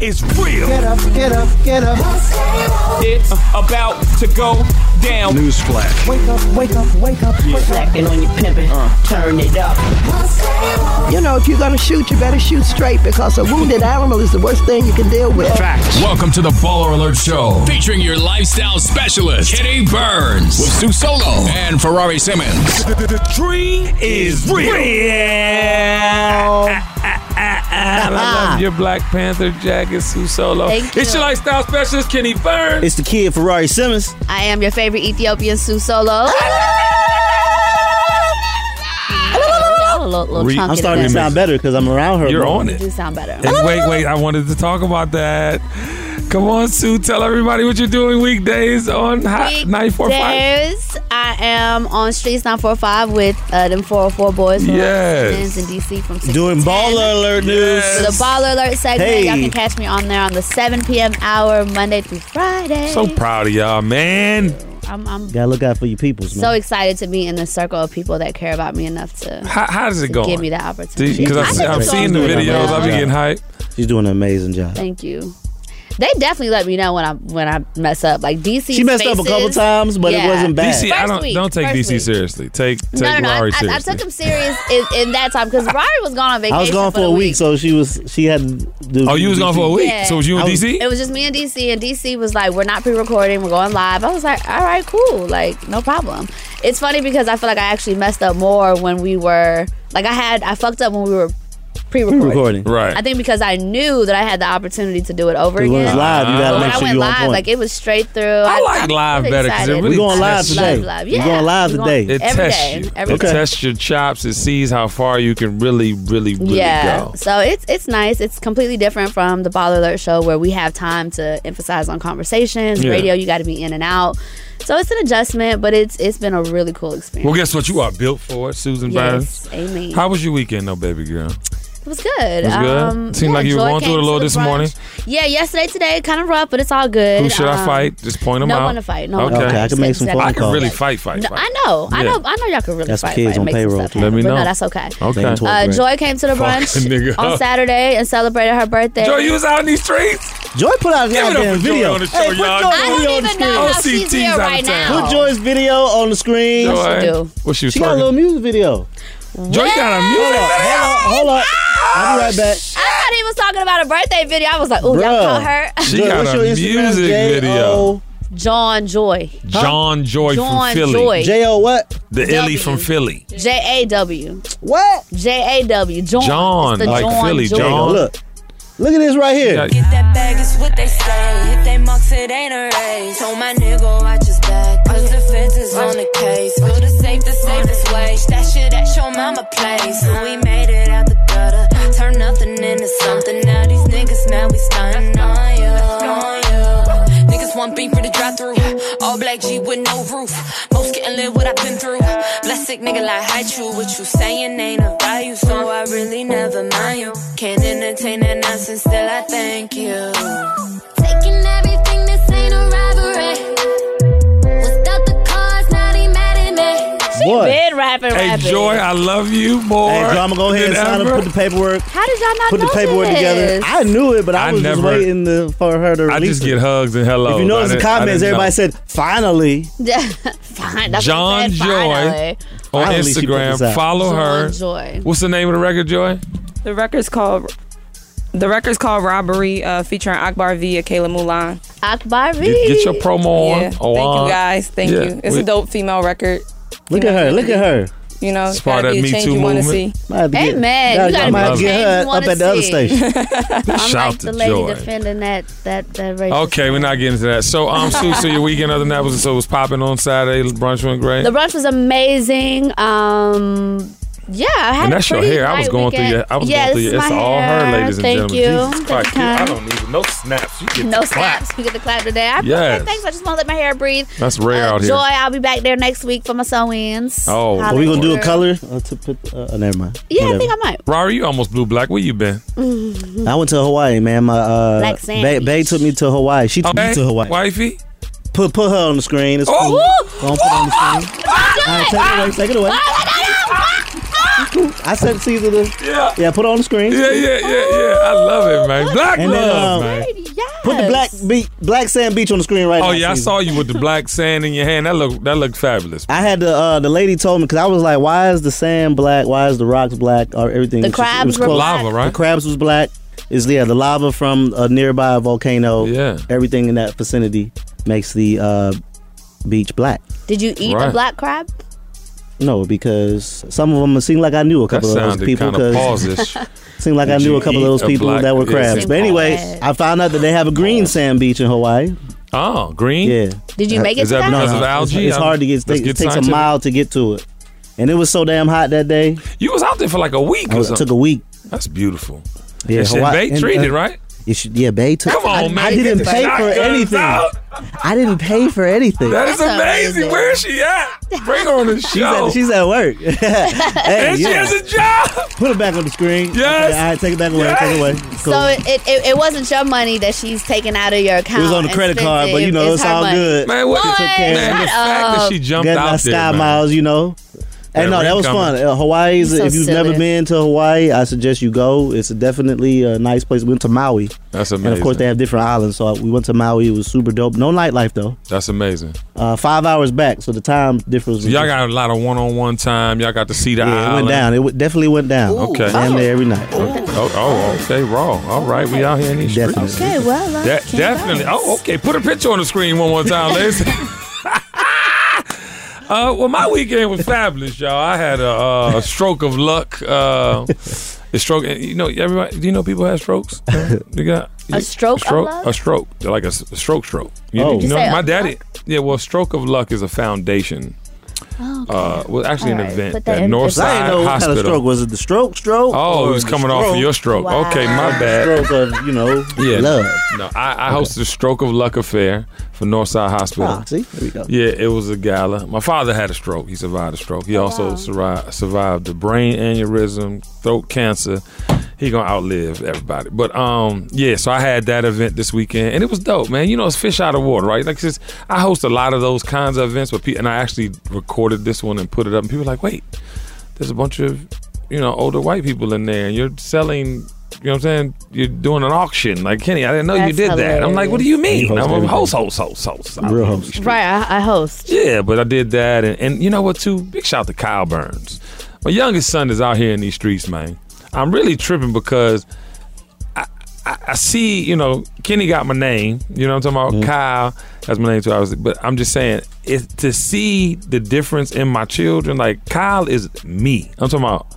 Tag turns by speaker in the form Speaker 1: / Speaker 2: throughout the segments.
Speaker 1: is real.
Speaker 2: Get up, get up, get up.
Speaker 1: It's about to go down. Newsflash.
Speaker 2: Wake up, wake up, wake up.
Speaker 3: Slacking on your pimping, turn it up.
Speaker 4: You know, if you're gonna shoot, you better shoot straight because a wounded animal is the worst thing you can deal with.
Speaker 5: Welcome to the Baller Alert Show, featuring your lifestyle specialist, Kitty Burns, with Sue Solo and Ferrari Simmons.
Speaker 1: The, the- the dream is real.
Speaker 6: I love your Black Panther jacket, Sue Solo.
Speaker 7: Ah. Thank
Speaker 6: It's
Speaker 7: you.
Speaker 6: your lifestyle specialist, Kenny Burns.
Speaker 2: It's the kid Ferrari Simmons.
Speaker 7: I am your favorite Ethiopian Sue Solo.
Speaker 2: I'm starting to sound better because I'm around her.
Speaker 6: You're
Speaker 2: more.
Speaker 6: on it.
Speaker 7: You sound better.
Speaker 6: And wait, wait, I wanted to talk about that. Come on, Sue, tell everybody what you're doing weekdays on Hot 945.
Speaker 7: Weekdays, I am on Streets 945 with uh, them 404 boys from
Speaker 6: Yes.
Speaker 7: Memphis and DC from 6
Speaker 2: Doing
Speaker 7: to 10.
Speaker 2: baller alert news.
Speaker 6: Yes.
Speaker 7: The Baller Alert segment.
Speaker 2: Hey.
Speaker 7: Y'all can catch me on there on the 7 p.m. hour, Monday through Friday.
Speaker 6: So proud of y'all, man.
Speaker 7: I'm, I'm
Speaker 2: Gotta look out for your peoples, man.
Speaker 7: so excited to be in the circle of people that care about me enough to
Speaker 6: How, how's it going?
Speaker 7: give me the opportunity.
Speaker 6: Because
Speaker 7: I
Speaker 6: I've,
Speaker 7: think
Speaker 6: I've
Speaker 7: it's
Speaker 6: seen the
Speaker 7: going good.
Speaker 6: videos,
Speaker 7: Yeah.
Speaker 6: I've been getting hyped.
Speaker 2: She's doing an amazing job.
Speaker 7: Thank you. They definitely let me know when I when I mess up. Like DC,
Speaker 2: She messed up a couple times, but it
Speaker 7: Yeah.
Speaker 2: wasn't bad.
Speaker 6: DC, I
Speaker 7: First
Speaker 6: don't
Speaker 7: week,
Speaker 6: don't take
Speaker 7: first
Speaker 6: DC
Speaker 7: week.
Speaker 6: seriously. Take take
Speaker 7: No, no, no. I,
Speaker 6: Rari
Speaker 7: I, I
Speaker 6: seriously.
Speaker 7: took him serious in, in that time because Rari was gone on vacation.
Speaker 2: I was gone for
Speaker 7: the
Speaker 2: a week, so she was she had. To do
Speaker 6: oh, you was gone for a week.
Speaker 7: Yeah.
Speaker 6: So was you in
Speaker 2: I was-
Speaker 6: DC?
Speaker 7: It was just me and DC, and DC was like, "We're not pre-recording. We're going live." I was like, "All right, cool. Like, no problem." It's funny because I feel like I actually messed up more when we were like I had I fucked up when we were pre-recording.
Speaker 2: recording.
Speaker 6: right.
Speaker 7: I think because I knew that I had the opportunity to do it over
Speaker 2: It
Speaker 7: again.
Speaker 2: was live. You
Speaker 7: But
Speaker 2: gotta
Speaker 7: when
Speaker 2: make
Speaker 7: I
Speaker 2: sure
Speaker 7: went
Speaker 2: you on
Speaker 7: live,
Speaker 2: point.
Speaker 7: like it was straight through.
Speaker 6: I like live
Speaker 7: was
Speaker 6: better 'cause it
Speaker 7: excited.
Speaker 6: really
Speaker 2: we going live
Speaker 6: tests
Speaker 2: today.
Speaker 7: Live, live.
Speaker 2: We
Speaker 7: Yeah,
Speaker 2: going live
Speaker 7: we going-
Speaker 2: today.
Speaker 6: It
Speaker 7: Every
Speaker 6: tests
Speaker 7: day,
Speaker 6: you.
Speaker 7: every
Speaker 6: it
Speaker 7: day.
Speaker 6: tests your chops. It sees how far you can really, really, really
Speaker 7: yeah.
Speaker 6: go.
Speaker 7: So it's it's nice. It's completely different from the Baller Alert show where we have time to emphasize on conversations.
Speaker 6: Yeah.
Speaker 7: Radio, you got to be in and out. So it's an adjustment, but it's it's been a really cool experience.
Speaker 6: Well, guess what? You are built for it, Susan Burns.
Speaker 7: yes, amen.
Speaker 6: How was your weekend, though, baby girl?
Speaker 7: it was good. Um,
Speaker 6: was good? Seemed like you were
Speaker 7: Joy
Speaker 6: going through it a
Speaker 7: came to
Speaker 6: little
Speaker 7: the
Speaker 6: this
Speaker 7: brunch.
Speaker 6: morning.
Speaker 7: Yeah, yesterday, today, kind of rough, but it's all good.
Speaker 6: Who should I
Speaker 7: Um,
Speaker 6: fight? Just point them
Speaker 7: no
Speaker 6: out.
Speaker 7: one to fight. No one
Speaker 6: Okay.
Speaker 7: to fight.
Speaker 2: I can make some phone
Speaker 6: I can
Speaker 2: calls.
Speaker 6: really fight, fight,
Speaker 7: No,
Speaker 6: fight.
Speaker 7: I know.
Speaker 6: Yeah.
Speaker 7: I know. I know y'all can really
Speaker 2: That's
Speaker 7: fight.
Speaker 2: kids
Speaker 7: fight,
Speaker 2: on
Speaker 7: make some
Speaker 2: payroll.
Speaker 7: stuff
Speaker 6: Let
Speaker 7: happen,
Speaker 6: me
Speaker 7: but
Speaker 6: know.
Speaker 7: No, that's okay.
Speaker 2: They
Speaker 6: Okay.
Speaker 2: into
Speaker 7: Uh,
Speaker 2: Right.
Speaker 7: Joy came to the
Speaker 6: Fucking nigga.
Speaker 7: brunch on Saturday and celebrated her birthday.
Speaker 6: Joy, you was out in these streets.
Speaker 2: Joy put out a
Speaker 6: Give it up
Speaker 2: goddamn
Speaker 6: for Joy
Speaker 2: video.
Speaker 6: on the show,
Speaker 2: hey, put
Speaker 6: y'all.
Speaker 2: Joy
Speaker 6: I
Speaker 2: video
Speaker 7: I
Speaker 2: on
Speaker 7: don't
Speaker 2: the
Speaker 7: even know
Speaker 2: screen.
Speaker 7: how she's
Speaker 6: OCT's out
Speaker 7: here
Speaker 6: of
Speaker 7: right
Speaker 6: town.
Speaker 7: now.
Speaker 2: Put Joy's video on the screen.
Speaker 6: Joy,
Speaker 7: she do?
Speaker 6: what she was
Speaker 2: She got a little
Speaker 6: twerking?
Speaker 2: music video.
Speaker 6: Joy, you got a
Speaker 2: Hold
Speaker 6: music.
Speaker 2: up, hold up, hold up. I'll be right back.
Speaker 7: I thought he was talking about a birthday video. I was like, ooh,
Speaker 2: Bruh.
Speaker 7: y'all caught her.
Speaker 6: She
Speaker 2: Joy,
Speaker 6: got
Speaker 2: what's
Speaker 6: a
Speaker 2: your Instagram?
Speaker 6: music video.
Speaker 2: J-O-
Speaker 7: John Joy.
Speaker 6: John Joy
Speaker 7: John
Speaker 6: from Philly.
Speaker 7: Joy.
Speaker 2: J-O what?
Speaker 6: The Illy
Speaker 7: W.
Speaker 6: from Philly.
Speaker 7: J A W.
Speaker 2: What?
Speaker 7: J A W. John.
Speaker 6: John,
Speaker 7: It's the
Speaker 6: like
Speaker 7: John
Speaker 6: Philly,
Speaker 7: Joy.
Speaker 2: There you go.
Speaker 6: John.
Speaker 2: Look. Look at this right here.
Speaker 6: Yeah.
Speaker 8: Get that bag is what they say. Hit they marks, it ain't a race. Told my nigga, watch his back. Cause the fence is on the case. Feel the safe, the safest way. That shit at your mama place. So we made it out the gutter. Turn nothing into something. Now these niggas, now we stunning on you. On you. Niggas want beef for the drive through. All black Jeep with no roof. Most getting lit what I've been through. Blessed sick nigga like hi you. What you saying ain't about you. So I really never mind you. Can't entertain that nonsense, still I thank you.
Speaker 9: Taking everything, this ain't a robbery. Was out the cars, now they mad at me.
Speaker 2: Boy.
Speaker 7: Been rapping,
Speaker 6: Hey,
Speaker 7: rapping.
Speaker 6: Joy, I love you more.
Speaker 2: Hey, Drama, go ahead and
Speaker 6: than
Speaker 2: sign up,
Speaker 6: ever.
Speaker 2: put the paperwork,
Speaker 7: How did y'all not
Speaker 2: put
Speaker 7: know
Speaker 2: the paperwork
Speaker 7: this?
Speaker 2: together. I knew it, but I,
Speaker 6: I
Speaker 2: was just
Speaker 6: never-
Speaker 2: waiting to, for her to
Speaker 6: I
Speaker 2: release
Speaker 6: just
Speaker 2: it.
Speaker 6: get hugs and hello.
Speaker 2: If you notice the comments, everybody said, finally.
Speaker 7: Fine, that's what I
Speaker 6: John
Speaker 7: said,
Speaker 6: Joy
Speaker 7: finally.
Speaker 6: on
Speaker 2: Finally, she put this
Speaker 6: Instagram.
Speaker 2: out.
Speaker 6: Follow her.
Speaker 7: John Joy.
Speaker 6: What's the name of the record, Joy?
Speaker 10: The record's called The record's called Robbery, uh, featuring Akbar V and Kayla Mulan.
Speaker 7: Akbar V.
Speaker 6: Get, get your promo on. Oh, uh,
Speaker 10: yeah. Thank
Speaker 6: or on.
Speaker 10: you guys. Thank
Speaker 6: Yeah,
Speaker 10: you. It's
Speaker 6: we-
Speaker 10: a dope female record.
Speaker 2: Look at her. Look at her.
Speaker 10: You know, it's
Speaker 6: part
Speaker 10: gotta
Speaker 6: of
Speaker 10: be a
Speaker 6: Me
Speaker 10: change
Speaker 6: Too
Speaker 10: you wanna
Speaker 6: movement.
Speaker 10: see.
Speaker 2: Might have to get-
Speaker 7: Amen. You
Speaker 2: I
Speaker 7: gotta
Speaker 2: might have
Speaker 6: be
Speaker 2: to get
Speaker 7: changed
Speaker 2: her
Speaker 7: you
Speaker 2: up
Speaker 7: wanna
Speaker 2: at the other
Speaker 7: see.
Speaker 2: station.
Speaker 7: I'm
Speaker 6: Shout
Speaker 7: like
Speaker 6: to
Speaker 7: the lady
Speaker 6: Joy.
Speaker 7: defending that that that racist.
Speaker 6: Okay, we're not getting into that. So, um, Sue, so your weekend other than that was so it was popping on Saturday. Brunch went great.
Speaker 7: The brunch was amazing. Um, yeah, I had
Speaker 6: and
Speaker 7: a
Speaker 6: that's your
Speaker 7: pretty
Speaker 6: hair. I was
Speaker 7: light
Speaker 6: going
Speaker 7: weekend.
Speaker 6: through your. I was
Speaker 7: yeah,
Speaker 6: going through
Speaker 7: this
Speaker 6: your.
Speaker 7: is
Speaker 6: It's
Speaker 7: my
Speaker 6: all
Speaker 7: hair.
Speaker 6: her, ladies and
Speaker 7: Thank
Speaker 6: gentlemen.
Speaker 7: You.
Speaker 6: Jesus
Speaker 7: Thank
Speaker 6: Christ,
Speaker 7: you.
Speaker 6: you- I don't even no snaps. You get
Speaker 7: No
Speaker 6: to clap.
Speaker 7: snaps. You get the clap today. I appreciate
Speaker 6: Yes.
Speaker 7: it. Thanks. I just want to let my hair breathe.
Speaker 6: That's rare
Speaker 7: Uh,
Speaker 6: out here.
Speaker 7: Joy, I'll be back there next week for my sew-ins.
Speaker 6: Oh. Are
Speaker 2: Are we going to do a
Speaker 7: Holla.
Speaker 2: color? Uh, to put, uh, never mind.
Speaker 7: Yeah,
Speaker 2: Whatever.
Speaker 7: I think I might.
Speaker 6: Rari, you almost blue black. Where you been?
Speaker 2: I went to Hawaii, man. My uh,
Speaker 7: Black Sand
Speaker 2: Bae,
Speaker 7: Beach.
Speaker 2: Bae took me to Hawaii. She took
Speaker 6: Okay,
Speaker 2: me to Hawaii.
Speaker 6: wifey.
Speaker 2: Put put her on the screen. It's
Speaker 6: Oh. Ah,
Speaker 2: cool. Don't put it on the screen. All right, take it away. Take it away. I sent Caesar the. Yeah. Yeah, put it on the screen.
Speaker 6: Yeah, yeah, yeah, yeah. I love it, man. Black
Speaker 2: And then,
Speaker 6: love,
Speaker 2: um,
Speaker 6: man.
Speaker 2: Put the black beat, black sand beach on the screen right now.
Speaker 6: Oh yeah, I
Speaker 2: Caesar.
Speaker 6: saw you with the black sand in your hand. That look that looked fabulous.
Speaker 2: I had the uh, the lady told me because I was like, why is the sand black? Why is the rocks black? Or everything?
Speaker 6: The
Speaker 2: It was- it
Speaker 6: crabs
Speaker 2: was
Speaker 6: were
Speaker 2: close.
Speaker 6: black. Lava, right?
Speaker 2: The crabs was black. Is yeah, the lava from a nearby volcano. Yeah, everything in that vicinity makes the uh, beach black.
Speaker 7: Did you eat the
Speaker 2: Right.
Speaker 7: black crab?
Speaker 2: No, because some of them it seemed like I knew a couple of
Speaker 6: sounded
Speaker 2: those people.
Speaker 6: kinda
Speaker 2: 'cause
Speaker 6: pausish.
Speaker 2: seemed like I
Speaker 6: Did
Speaker 2: knew
Speaker 6: you
Speaker 2: a couple
Speaker 6: eat
Speaker 2: of those
Speaker 6: a
Speaker 2: people
Speaker 6: black- Oh.
Speaker 2: that were
Speaker 6: yeah.
Speaker 2: crabs. But anyway, I found out that they have a green sand beach in Hawaii.
Speaker 6: Oh, green.
Speaker 2: Yeah.
Speaker 7: Did
Speaker 6: Uh,
Speaker 7: you make it Is to that that? because of
Speaker 2: it's-
Speaker 6: algae? um,
Speaker 2: It's, hard to get.
Speaker 6: Let's
Speaker 2: It
Speaker 6: get
Speaker 2: takes a
Speaker 6: scientific.
Speaker 2: mile to get to it, and it was so damn hot that day.
Speaker 6: You was out there for like a week.
Speaker 2: I
Speaker 6: or
Speaker 2: was- it
Speaker 6: something.
Speaker 2: took a week.
Speaker 6: That's beautiful.
Speaker 2: Yeah,
Speaker 6: Yeah, and
Speaker 2: Hawaii-
Speaker 6: Hawaii, they
Speaker 2: and,
Speaker 6: treated
Speaker 2: uh,
Speaker 6: right.
Speaker 2: It should, yeah, Bay took.
Speaker 6: Come
Speaker 2: I-
Speaker 6: on, man,
Speaker 2: I
Speaker 6: get
Speaker 2: didn't
Speaker 6: the
Speaker 2: pay for
Speaker 6: shotguns
Speaker 2: anything.
Speaker 6: out.
Speaker 2: I didn't pay for anything.
Speaker 6: That is amazing. Where is she at? Bring her on the
Speaker 2: She's
Speaker 6: show.
Speaker 2: at, she's at work. hey,
Speaker 6: and she
Speaker 2: yeah.
Speaker 6: has a job.
Speaker 2: Put it back on the screen. Yes. all right, take it back away. Take it away. Cool.
Speaker 7: So it, it, it, it wasn't your money that she's taking out of your account.
Speaker 2: it was on the
Speaker 7: and
Speaker 2: credit
Speaker 7: spent
Speaker 2: card,
Speaker 7: it.
Speaker 2: but you know, it's
Speaker 7: her
Speaker 2: all
Speaker 7: money.
Speaker 2: good.
Speaker 6: Man, what?
Speaker 2: She took care of
Speaker 7: Man,
Speaker 2: it.
Speaker 7: the fact that Shut she up.
Speaker 6: jumped
Speaker 2: Got
Speaker 6: out
Speaker 2: my
Speaker 6: there,
Speaker 2: sky
Speaker 6: man.
Speaker 2: miles, you know. Hey,
Speaker 6: That
Speaker 2: no,
Speaker 6: ring
Speaker 2: that was fun.
Speaker 6: coming.
Speaker 2: Uh, Hawaii is,
Speaker 6: You're so
Speaker 2: if you've
Speaker 6: silly.
Speaker 2: never been to Hawaii, I suggest you go. It's definitely a nice place. We went to Maui.
Speaker 6: That's
Speaker 2: And of course,
Speaker 6: amazing.
Speaker 2: they have different islands. So we went to Maui. It was super dope. No nightlife, though.
Speaker 6: That's amazing.
Speaker 2: Uh, five hours back, so the time difference. was
Speaker 6: So y'all got a lot of one-on-one time. Y'all got to see the
Speaker 2: Yeah, it
Speaker 6: island.
Speaker 2: went down. It w- definitely went down.
Speaker 6: Okay.
Speaker 2: Damn near every night.
Speaker 6: Oh, oh, okay, raw. All right, we out here in these streets.
Speaker 7: Okay, well, uh, I
Speaker 6: De-
Speaker 7: can't
Speaker 6: definitely.
Speaker 7: go.
Speaker 6: Oh, okay. Put a picture on the screen one more time, ladies. Uh, well, my weekend was fabulous, y'all. I had a, uh, a stroke of luck. Uh, a stroke, you know, everybody. Do you know people have strokes? You got
Speaker 7: A stroke of luck?
Speaker 6: A stroke, like a, s- a stroke, stroke. You,
Speaker 7: Oh.
Speaker 6: you
Speaker 7: Did you
Speaker 6: know,
Speaker 7: say
Speaker 6: my
Speaker 7: of
Speaker 6: daddy. Yeah, well, stroke of luck is a foundation.
Speaker 7: Oh,
Speaker 6: Uh, well, actually,
Speaker 2: All
Speaker 6: an
Speaker 2: right,
Speaker 6: event
Speaker 2: put that
Speaker 6: at
Speaker 2: in-
Speaker 6: Northside
Speaker 2: I didn't know what kind of
Speaker 6: Hospital.
Speaker 2: stroke. Was it the stroke? Stroke?
Speaker 6: Oh,
Speaker 2: Or
Speaker 6: it was
Speaker 2: the
Speaker 6: coming off of
Speaker 2: stroke?
Speaker 6: your stroke.
Speaker 2: Wow.
Speaker 6: Okay, my bad.
Speaker 2: Stroke of you know
Speaker 6: Yeah,
Speaker 2: love.
Speaker 6: No, I, I hosted the Stroke of Luck affair for Northside Hospital.
Speaker 2: Ah, see, there we go.
Speaker 6: Yeah, it was a gala. My father had a stroke. He survived a stroke. He also survived, survived a brain aneurysm, throat cancer. He gonna outlive everybody. But um, yeah. So I had that event this weekend, and it was dope, man. You know, it's fish out of water, right? Like, since I host a lot of those kinds of events, but pe- and I actually recorded this one and put it up, and people were like, wait, there's a bunch of you know older white people in there, and you're selling. You know what I'm saying? You're doing an auction, like Kenny. I didn't know you
Speaker 7: That's
Speaker 6: did that. I'm like, what do you
Speaker 2: hilarious.
Speaker 6: mean?
Speaker 2: You host
Speaker 6: I'm a
Speaker 2: everything.
Speaker 6: host, host, host, host.
Speaker 2: Real host.
Speaker 7: Right, I, I host.
Speaker 6: Yeah, but I did that, and, and you know what? Too big shout to Kyle Burns. My youngest son is out here in these streets, man. I'm really tripping because I, I, I see, you know, Kenny got my name. You know what I'm talking about? Kyle, that's my name too, obviously. But I'm just saying, it, to see the difference in my children, like Kyle is me. I'm talking about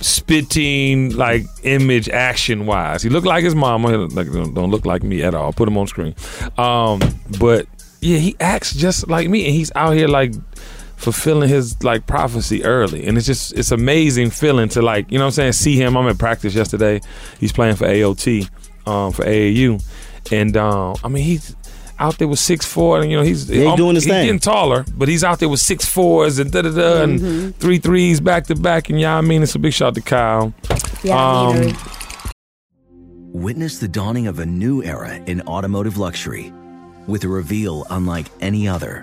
Speaker 6: spitting like image action wise. He looked like his mama. He look- Like don't, don't look like me at all. Put him on screen. Um, but yeah, he acts just like me, and he's out here like fulfilling his like prophecy early and it's just it's amazing feeling to like you know what i'm saying see him i'm at practice yesterday he's playing for aot um for aau and um i mean he's out there with six four and you know he's
Speaker 2: Yeah, he
Speaker 6: um,
Speaker 2: doing his
Speaker 6: he's
Speaker 2: thing.
Speaker 6: getting taller but he's out there with six fours and da da da and three threes back to back and yeah i mean it's a big shout to kyle um,
Speaker 11: Witness the dawning of a new era in automotive luxury with a reveal unlike any other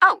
Speaker 12: Oh,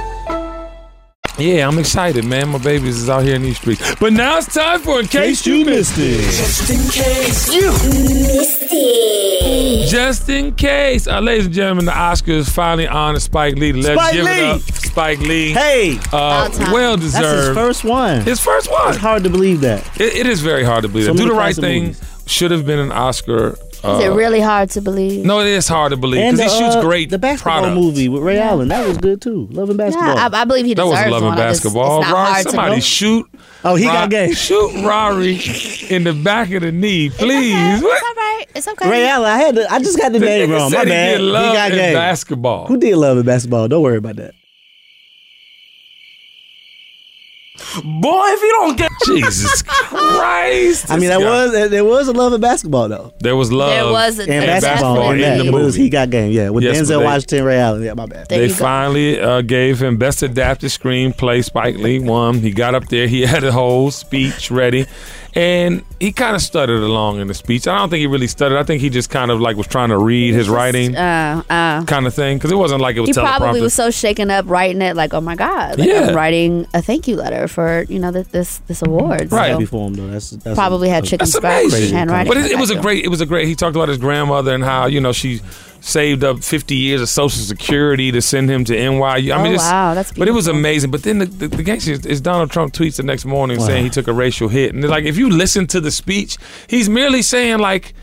Speaker 6: Yeah, I'm excited, man. My babies is out here in these streets. But now it's time for In Case You Missed It.
Speaker 3: Just in case you missed it.
Speaker 6: Just in case. Uh, ladies and gentlemen, the Oscars finally honored Spike Lee. Let's
Speaker 2: Spike
Speaker 6: give it
Speaker 2: Lee.
Speaker 6: up. Spike Lee.
Speaker 2: Hey.
Speaker 6: Uh, well deserved.
Speaker 2: That's his first one.
Speaker 6: His first one.
Speaker 2: It's hard to believe that.
Speaker 6: It, it is very hard to believe.
Speaker 2: So
Speaker 6: that. Do
Speaker 2: many
Speaker 6: the right
Speaker 2: classic
Speaker 6: thing should have been an Oscar. uh,
Speaker 7: Is it really hard to believe?
Speaker 6: No, it is hard to believe
Speaker 2: And
Speaker 6: because he
Speaker 2: the,
Speaker 6: shoots
Speaker 2: uh,
Speaker 6: great
Speaker 2: the basketball
Speaker 6: product.
Speaker 2: movie with Ray Allen that was good too. Loving basketball.
Speaker 7: Yeah, I, I believe he
Speaker 6: that
Speaker 7: deserves
Speaker 6: was loving
Speaker 7: one. I just-
Speaker 6: basketball.
Speaker 7: it's not
Speaker 6: Rory,
Speaker 7: hard to
Speaker 6: somebody
Speaker 7: believe.
Speaker 6: shoot.
Speaker 2: Oh, he
Speaker 6: got gay. Shoot Rory in the back of the knee, please.
Speaker 7: It's all right. It's okay.
Speaker 2: Ray Allen. I had to, I just got the,
Speaker 6: The
Speaker 2: name
Speaker 6: nigga
Speaker 2: wrong. My
Speaker 6: said he
Speaker 2: bad.
Speaker 6: did love
Speaker 2: got
Speaker 6: and
Speaker 2: gay.
Speaker 6: basketball.
Speaker 2: Who did love in basketball? Don't worry about that.
Speaker 6: Boy, if you don't get Jesus Christ,
Speaker 2: I mean, that was there was a love in basketball though.
Speaker 6: There was love.
Speaker 7: There was a-
Speaker 2: And basketball in,
Speaker 6: in the
Speaker 2: that. But it was
Speaker 6: movie.
Speaker 2: he got game. Yeah, with
Speaker 6: Yes, but
Speaker 2: Denzel
Speaker 6: they-
Speaker 2: Washington, Ray Allen. Yeah, my bad.
Speaker 6: they finally uh, gave him best adapted screenplay. Spike Lee won. He got up there. He had a whole speech ready, and he kind of stuttered along in the speech. I don't think he really stuttered. I think he just kind of like was trying to read his writing,
Speaker 7: Uh, uh.
Speaker 6: kind of thing. Because it wasn't like it was
Speaker 7: He probably
Speaker 6: teleprompter.
Speaker 7: was so shaken up writing it, like, oh my god, like,
Speaker 6: Yeah.
Speaker 7: I'm writing a thank you letter for you know th- this this award.
Speaker 6: Right.
Speaker 7: So
Speaker 2: before him though. That's, that's
Speaker 7: probably had chicken scratch handwriting.
Speaker 6: But it, it was a great. It was a great. He talked about his grandmother and how you know she saved up 50 years of Social Security to send him to NYU. I
Speaker 7: Oh,
Speaker 6: mean, it's-
Speaker 7: wow, that's
Speaker 6: But it was amazing. But then the, the, the gangster is, is Donald Trump tweets the next morning
Speaker 7: Wow.
Speaker 6: saying he took a racial hit, and like if you listen to the speech, he's merely saying like.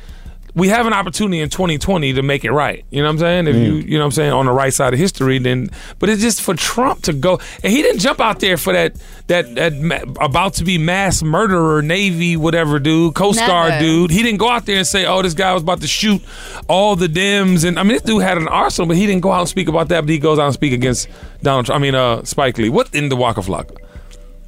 Speaker 6: We have an opportunity in 2020 to make it right. You know what I'm saying? If you, you know what I'm saying, on the right side of history, then. But it's just for Trump to go, and he didn't jump out there for that that that ma- about to be mass murderer Navy whatever dude, Coast Guard
Speaker 13: Never.
Speaker 6: dude dude. He didn't go out there and say, "Oh, this guy was about to shoot all the Dems." And I mean, this dude had an arsenal, but he didn't go out and speak about that. But he goes out and speak against Donald. Trump, I mean, uh, Spike Lee. What in the Waka Flocka?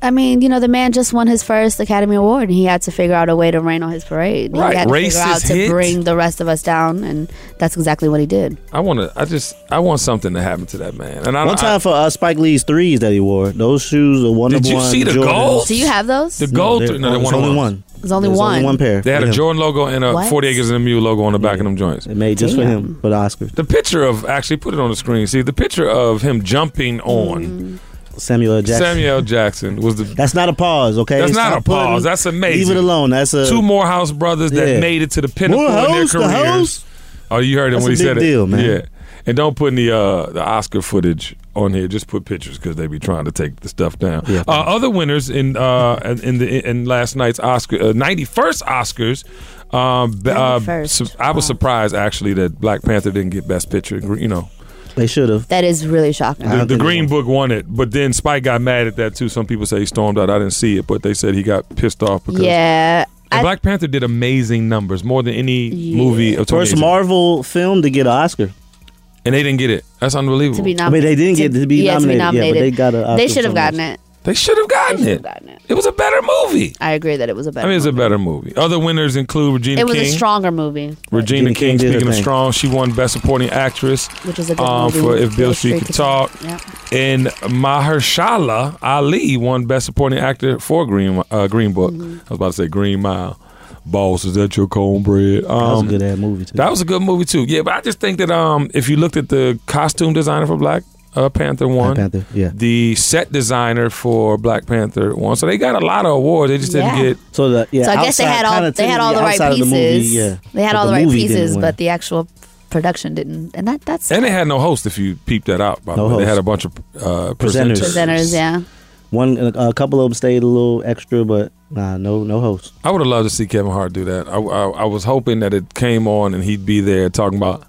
Speaker 7: I mean, you know, the man just won his first Academy Award, and he had to figure out a way to rain on his parade.
Speaker 6: Right.
Speaker 7: He had to
Speaker 6: Racist
Speaker 7: figure out to
Speaker 6: hit.
Speaker 7: bring the rest of us down, and that's exactly what he did.
Speaker 6: I want to. I just. I want something to happen to that man. And I,
Speaker 2: One time for uh, Spike Lee's threes that he wore. Those shoes are one
Speaker 6: Did
Speaker 2: of
Speaker 6: you
Speaker 2: one.
Speaker 6: see the
Speaker 2: Jordan.
Speaker 6: gold?
Speaker 7: Do you have those?
Speaker 6: The gold.
Speaker 2: they're-
Speaker 6: No, no,
Speaker 2: it's
Speaker 6: one
Speaker 2: only
Speaker 6: one.
Speaker 2: one.
Speaker 7: There's only
Speaker 2: There's
Speaker 7: one.
Speaker 2: only one pair.
Speaker 6: They had
Speaker 2: for
Speaker 6: a
Speaker 2: him.
Speaker 6: Jordan logo and a
Speaker 7: What?
Speaker 6: 40 Acres and a Mule logo on the back of them joints. It
Speaker 2: made just for him for the Oscars.
Speaker 6: The picture of actually put it on the screen. See the picture of him jumping on
Speaker 2: Samuel L. Jackson.
Speaker 6: Samuel L. Jackson was the
Speaker 2: That's not a pause, okay?
Speaker 6: That's
Speaker 2: It's
Speaker 6: not a
Speaker 2: putting-
Speaker 6: pause. That's amazing.
Speaker 2: Leave it alone. That's a
Speaker 6: two Morehouse brothers that
Speaker 2: Yeah.
Speaker 6: made it to the pinnacle
Speaker 2: Morehouse,
Speaker 6: in
Speaker 2: the
Speaker 6: their careers.
Speaker 2: house?
Speaker 6: Oh, you heard him
Speaker 2: That's
Speaker 6: when
Speaker 2: a
Speaker 6: he said
Speaker 2: big
Speaker 6: it.
Speaker 2: deal, man.
Speaker 6: Yeah, and don't put any uh, the Oscar footage on here. Just put pictures because they be trying to take the stuff down. uh, other winners in uh, in the in last night's Oscar ninety first Oscars. Um, b- uh, su- I was surprised actually that Black Panther didn't get Best Picture. gr- You know,
Speaker 2: They should have.
Speaker 7: That is really shocking.
Speaker 6: the, the Green Book won it, but then Spike got mad at that too. Some people say he stormed out. I didn't see it, but they said he got pissed off because
Speaker 7: yeah.
Speaker 6: and Black Panther did amazing numbers, more than any movie of
Speaker 2: First
Speaker 6: 2018.
Speaker 2: Marvel film to get an Oscar.
Speaker 6: and they didn't get it. That's unbelievable.
Speaker 7: To be
Speaker 2: I mean,
Speaker 7: nominated.
Speaker 2: they didn't get to be
Speaker 7: yeah,
Speaker 2: nominated.
Speaker 7: To be nominated.
Speaker 2: Yeah, but they got an Oscar.
Speaker 7: They
Speaker 2: for
Speaker 7: should have
Speaker 2: something.
Speaker 7: gotten it.
Speaker 6: They should have gotten, it. It was a better movie.
Speaker 7: I agree that it was a
Speaker 6: I
Speaker 7: better.
Speaker 6: mean, it's a better movie. Other winners include Regina
Speaker 7: it was
Speaker 6: King.
Speaker 7: a stronger movie.
Speaker 2: Regina
Speaker 6: Regina King,
Speaker 2: King did her
Speaker 6: speaking of
Speaker 2: thing.
Speaker 6: strong, she won Best Supporting Actress um,
Speaker 7: Which is a good movie.
Speaker 6: for If Bill Street Could Talk.
Speaker 7: Yep.
Speaker 6: And Mahershala Ali won Best Supporting Actor for Green uh, Green Book.
Speaker 7: Mm-hmm.
Speaker 6: I was about to say Green Mile. Boss, is that your cornbread? Um,
Speaker 2: was a good ass movie, too.
Speaker 6: That was a good movie too. Yeah, but I just think that um, if you looked at the costume designer for Black uh, Panther one,
Speaker 2: Panther, yeah.
Speaker 6: the set designer for Black Panther one, so they got a lot of awards. They just
Speaker 7: Yeah.
Speaker 6: didn't get.
Speaker 2: So the yeah,
Speaker 7: so I guess they
Speaker 2: outside
Speaker 7: had all they had all
Speaker 2: connectivity
Speaker 7: the right
Speaker 2: outside of
Speaker 7: pieces.
Speaker 2: the movie, yeah.
Speaker 7: They had
Speaker 2: But
Speaker 7: all
Speaker 2: the
Speaker 7: the right
Speaker 2: movie didn't
Speaker 7: pieces,
Speaker 2: win.
Speaker 7: but the actual production didn't, and that that's
Speaker 6: And they had no host. If you peep that out, by the
Speaker 2: No
Speaker 6: way. they
Speaker 2: host.
Speaker 6: had a bunch of uh,
Speaker 2: Presenters.
Speaker 6: presenters.
Speaker 7: presenters. Yeah,
Speaker 2: One, a couple of them stayed a little extra, but nah, no, no host.
Speaker 6: I would have loved to see Kevin Hart do that. I, I, I was hoping that it came on and he'd be there talking about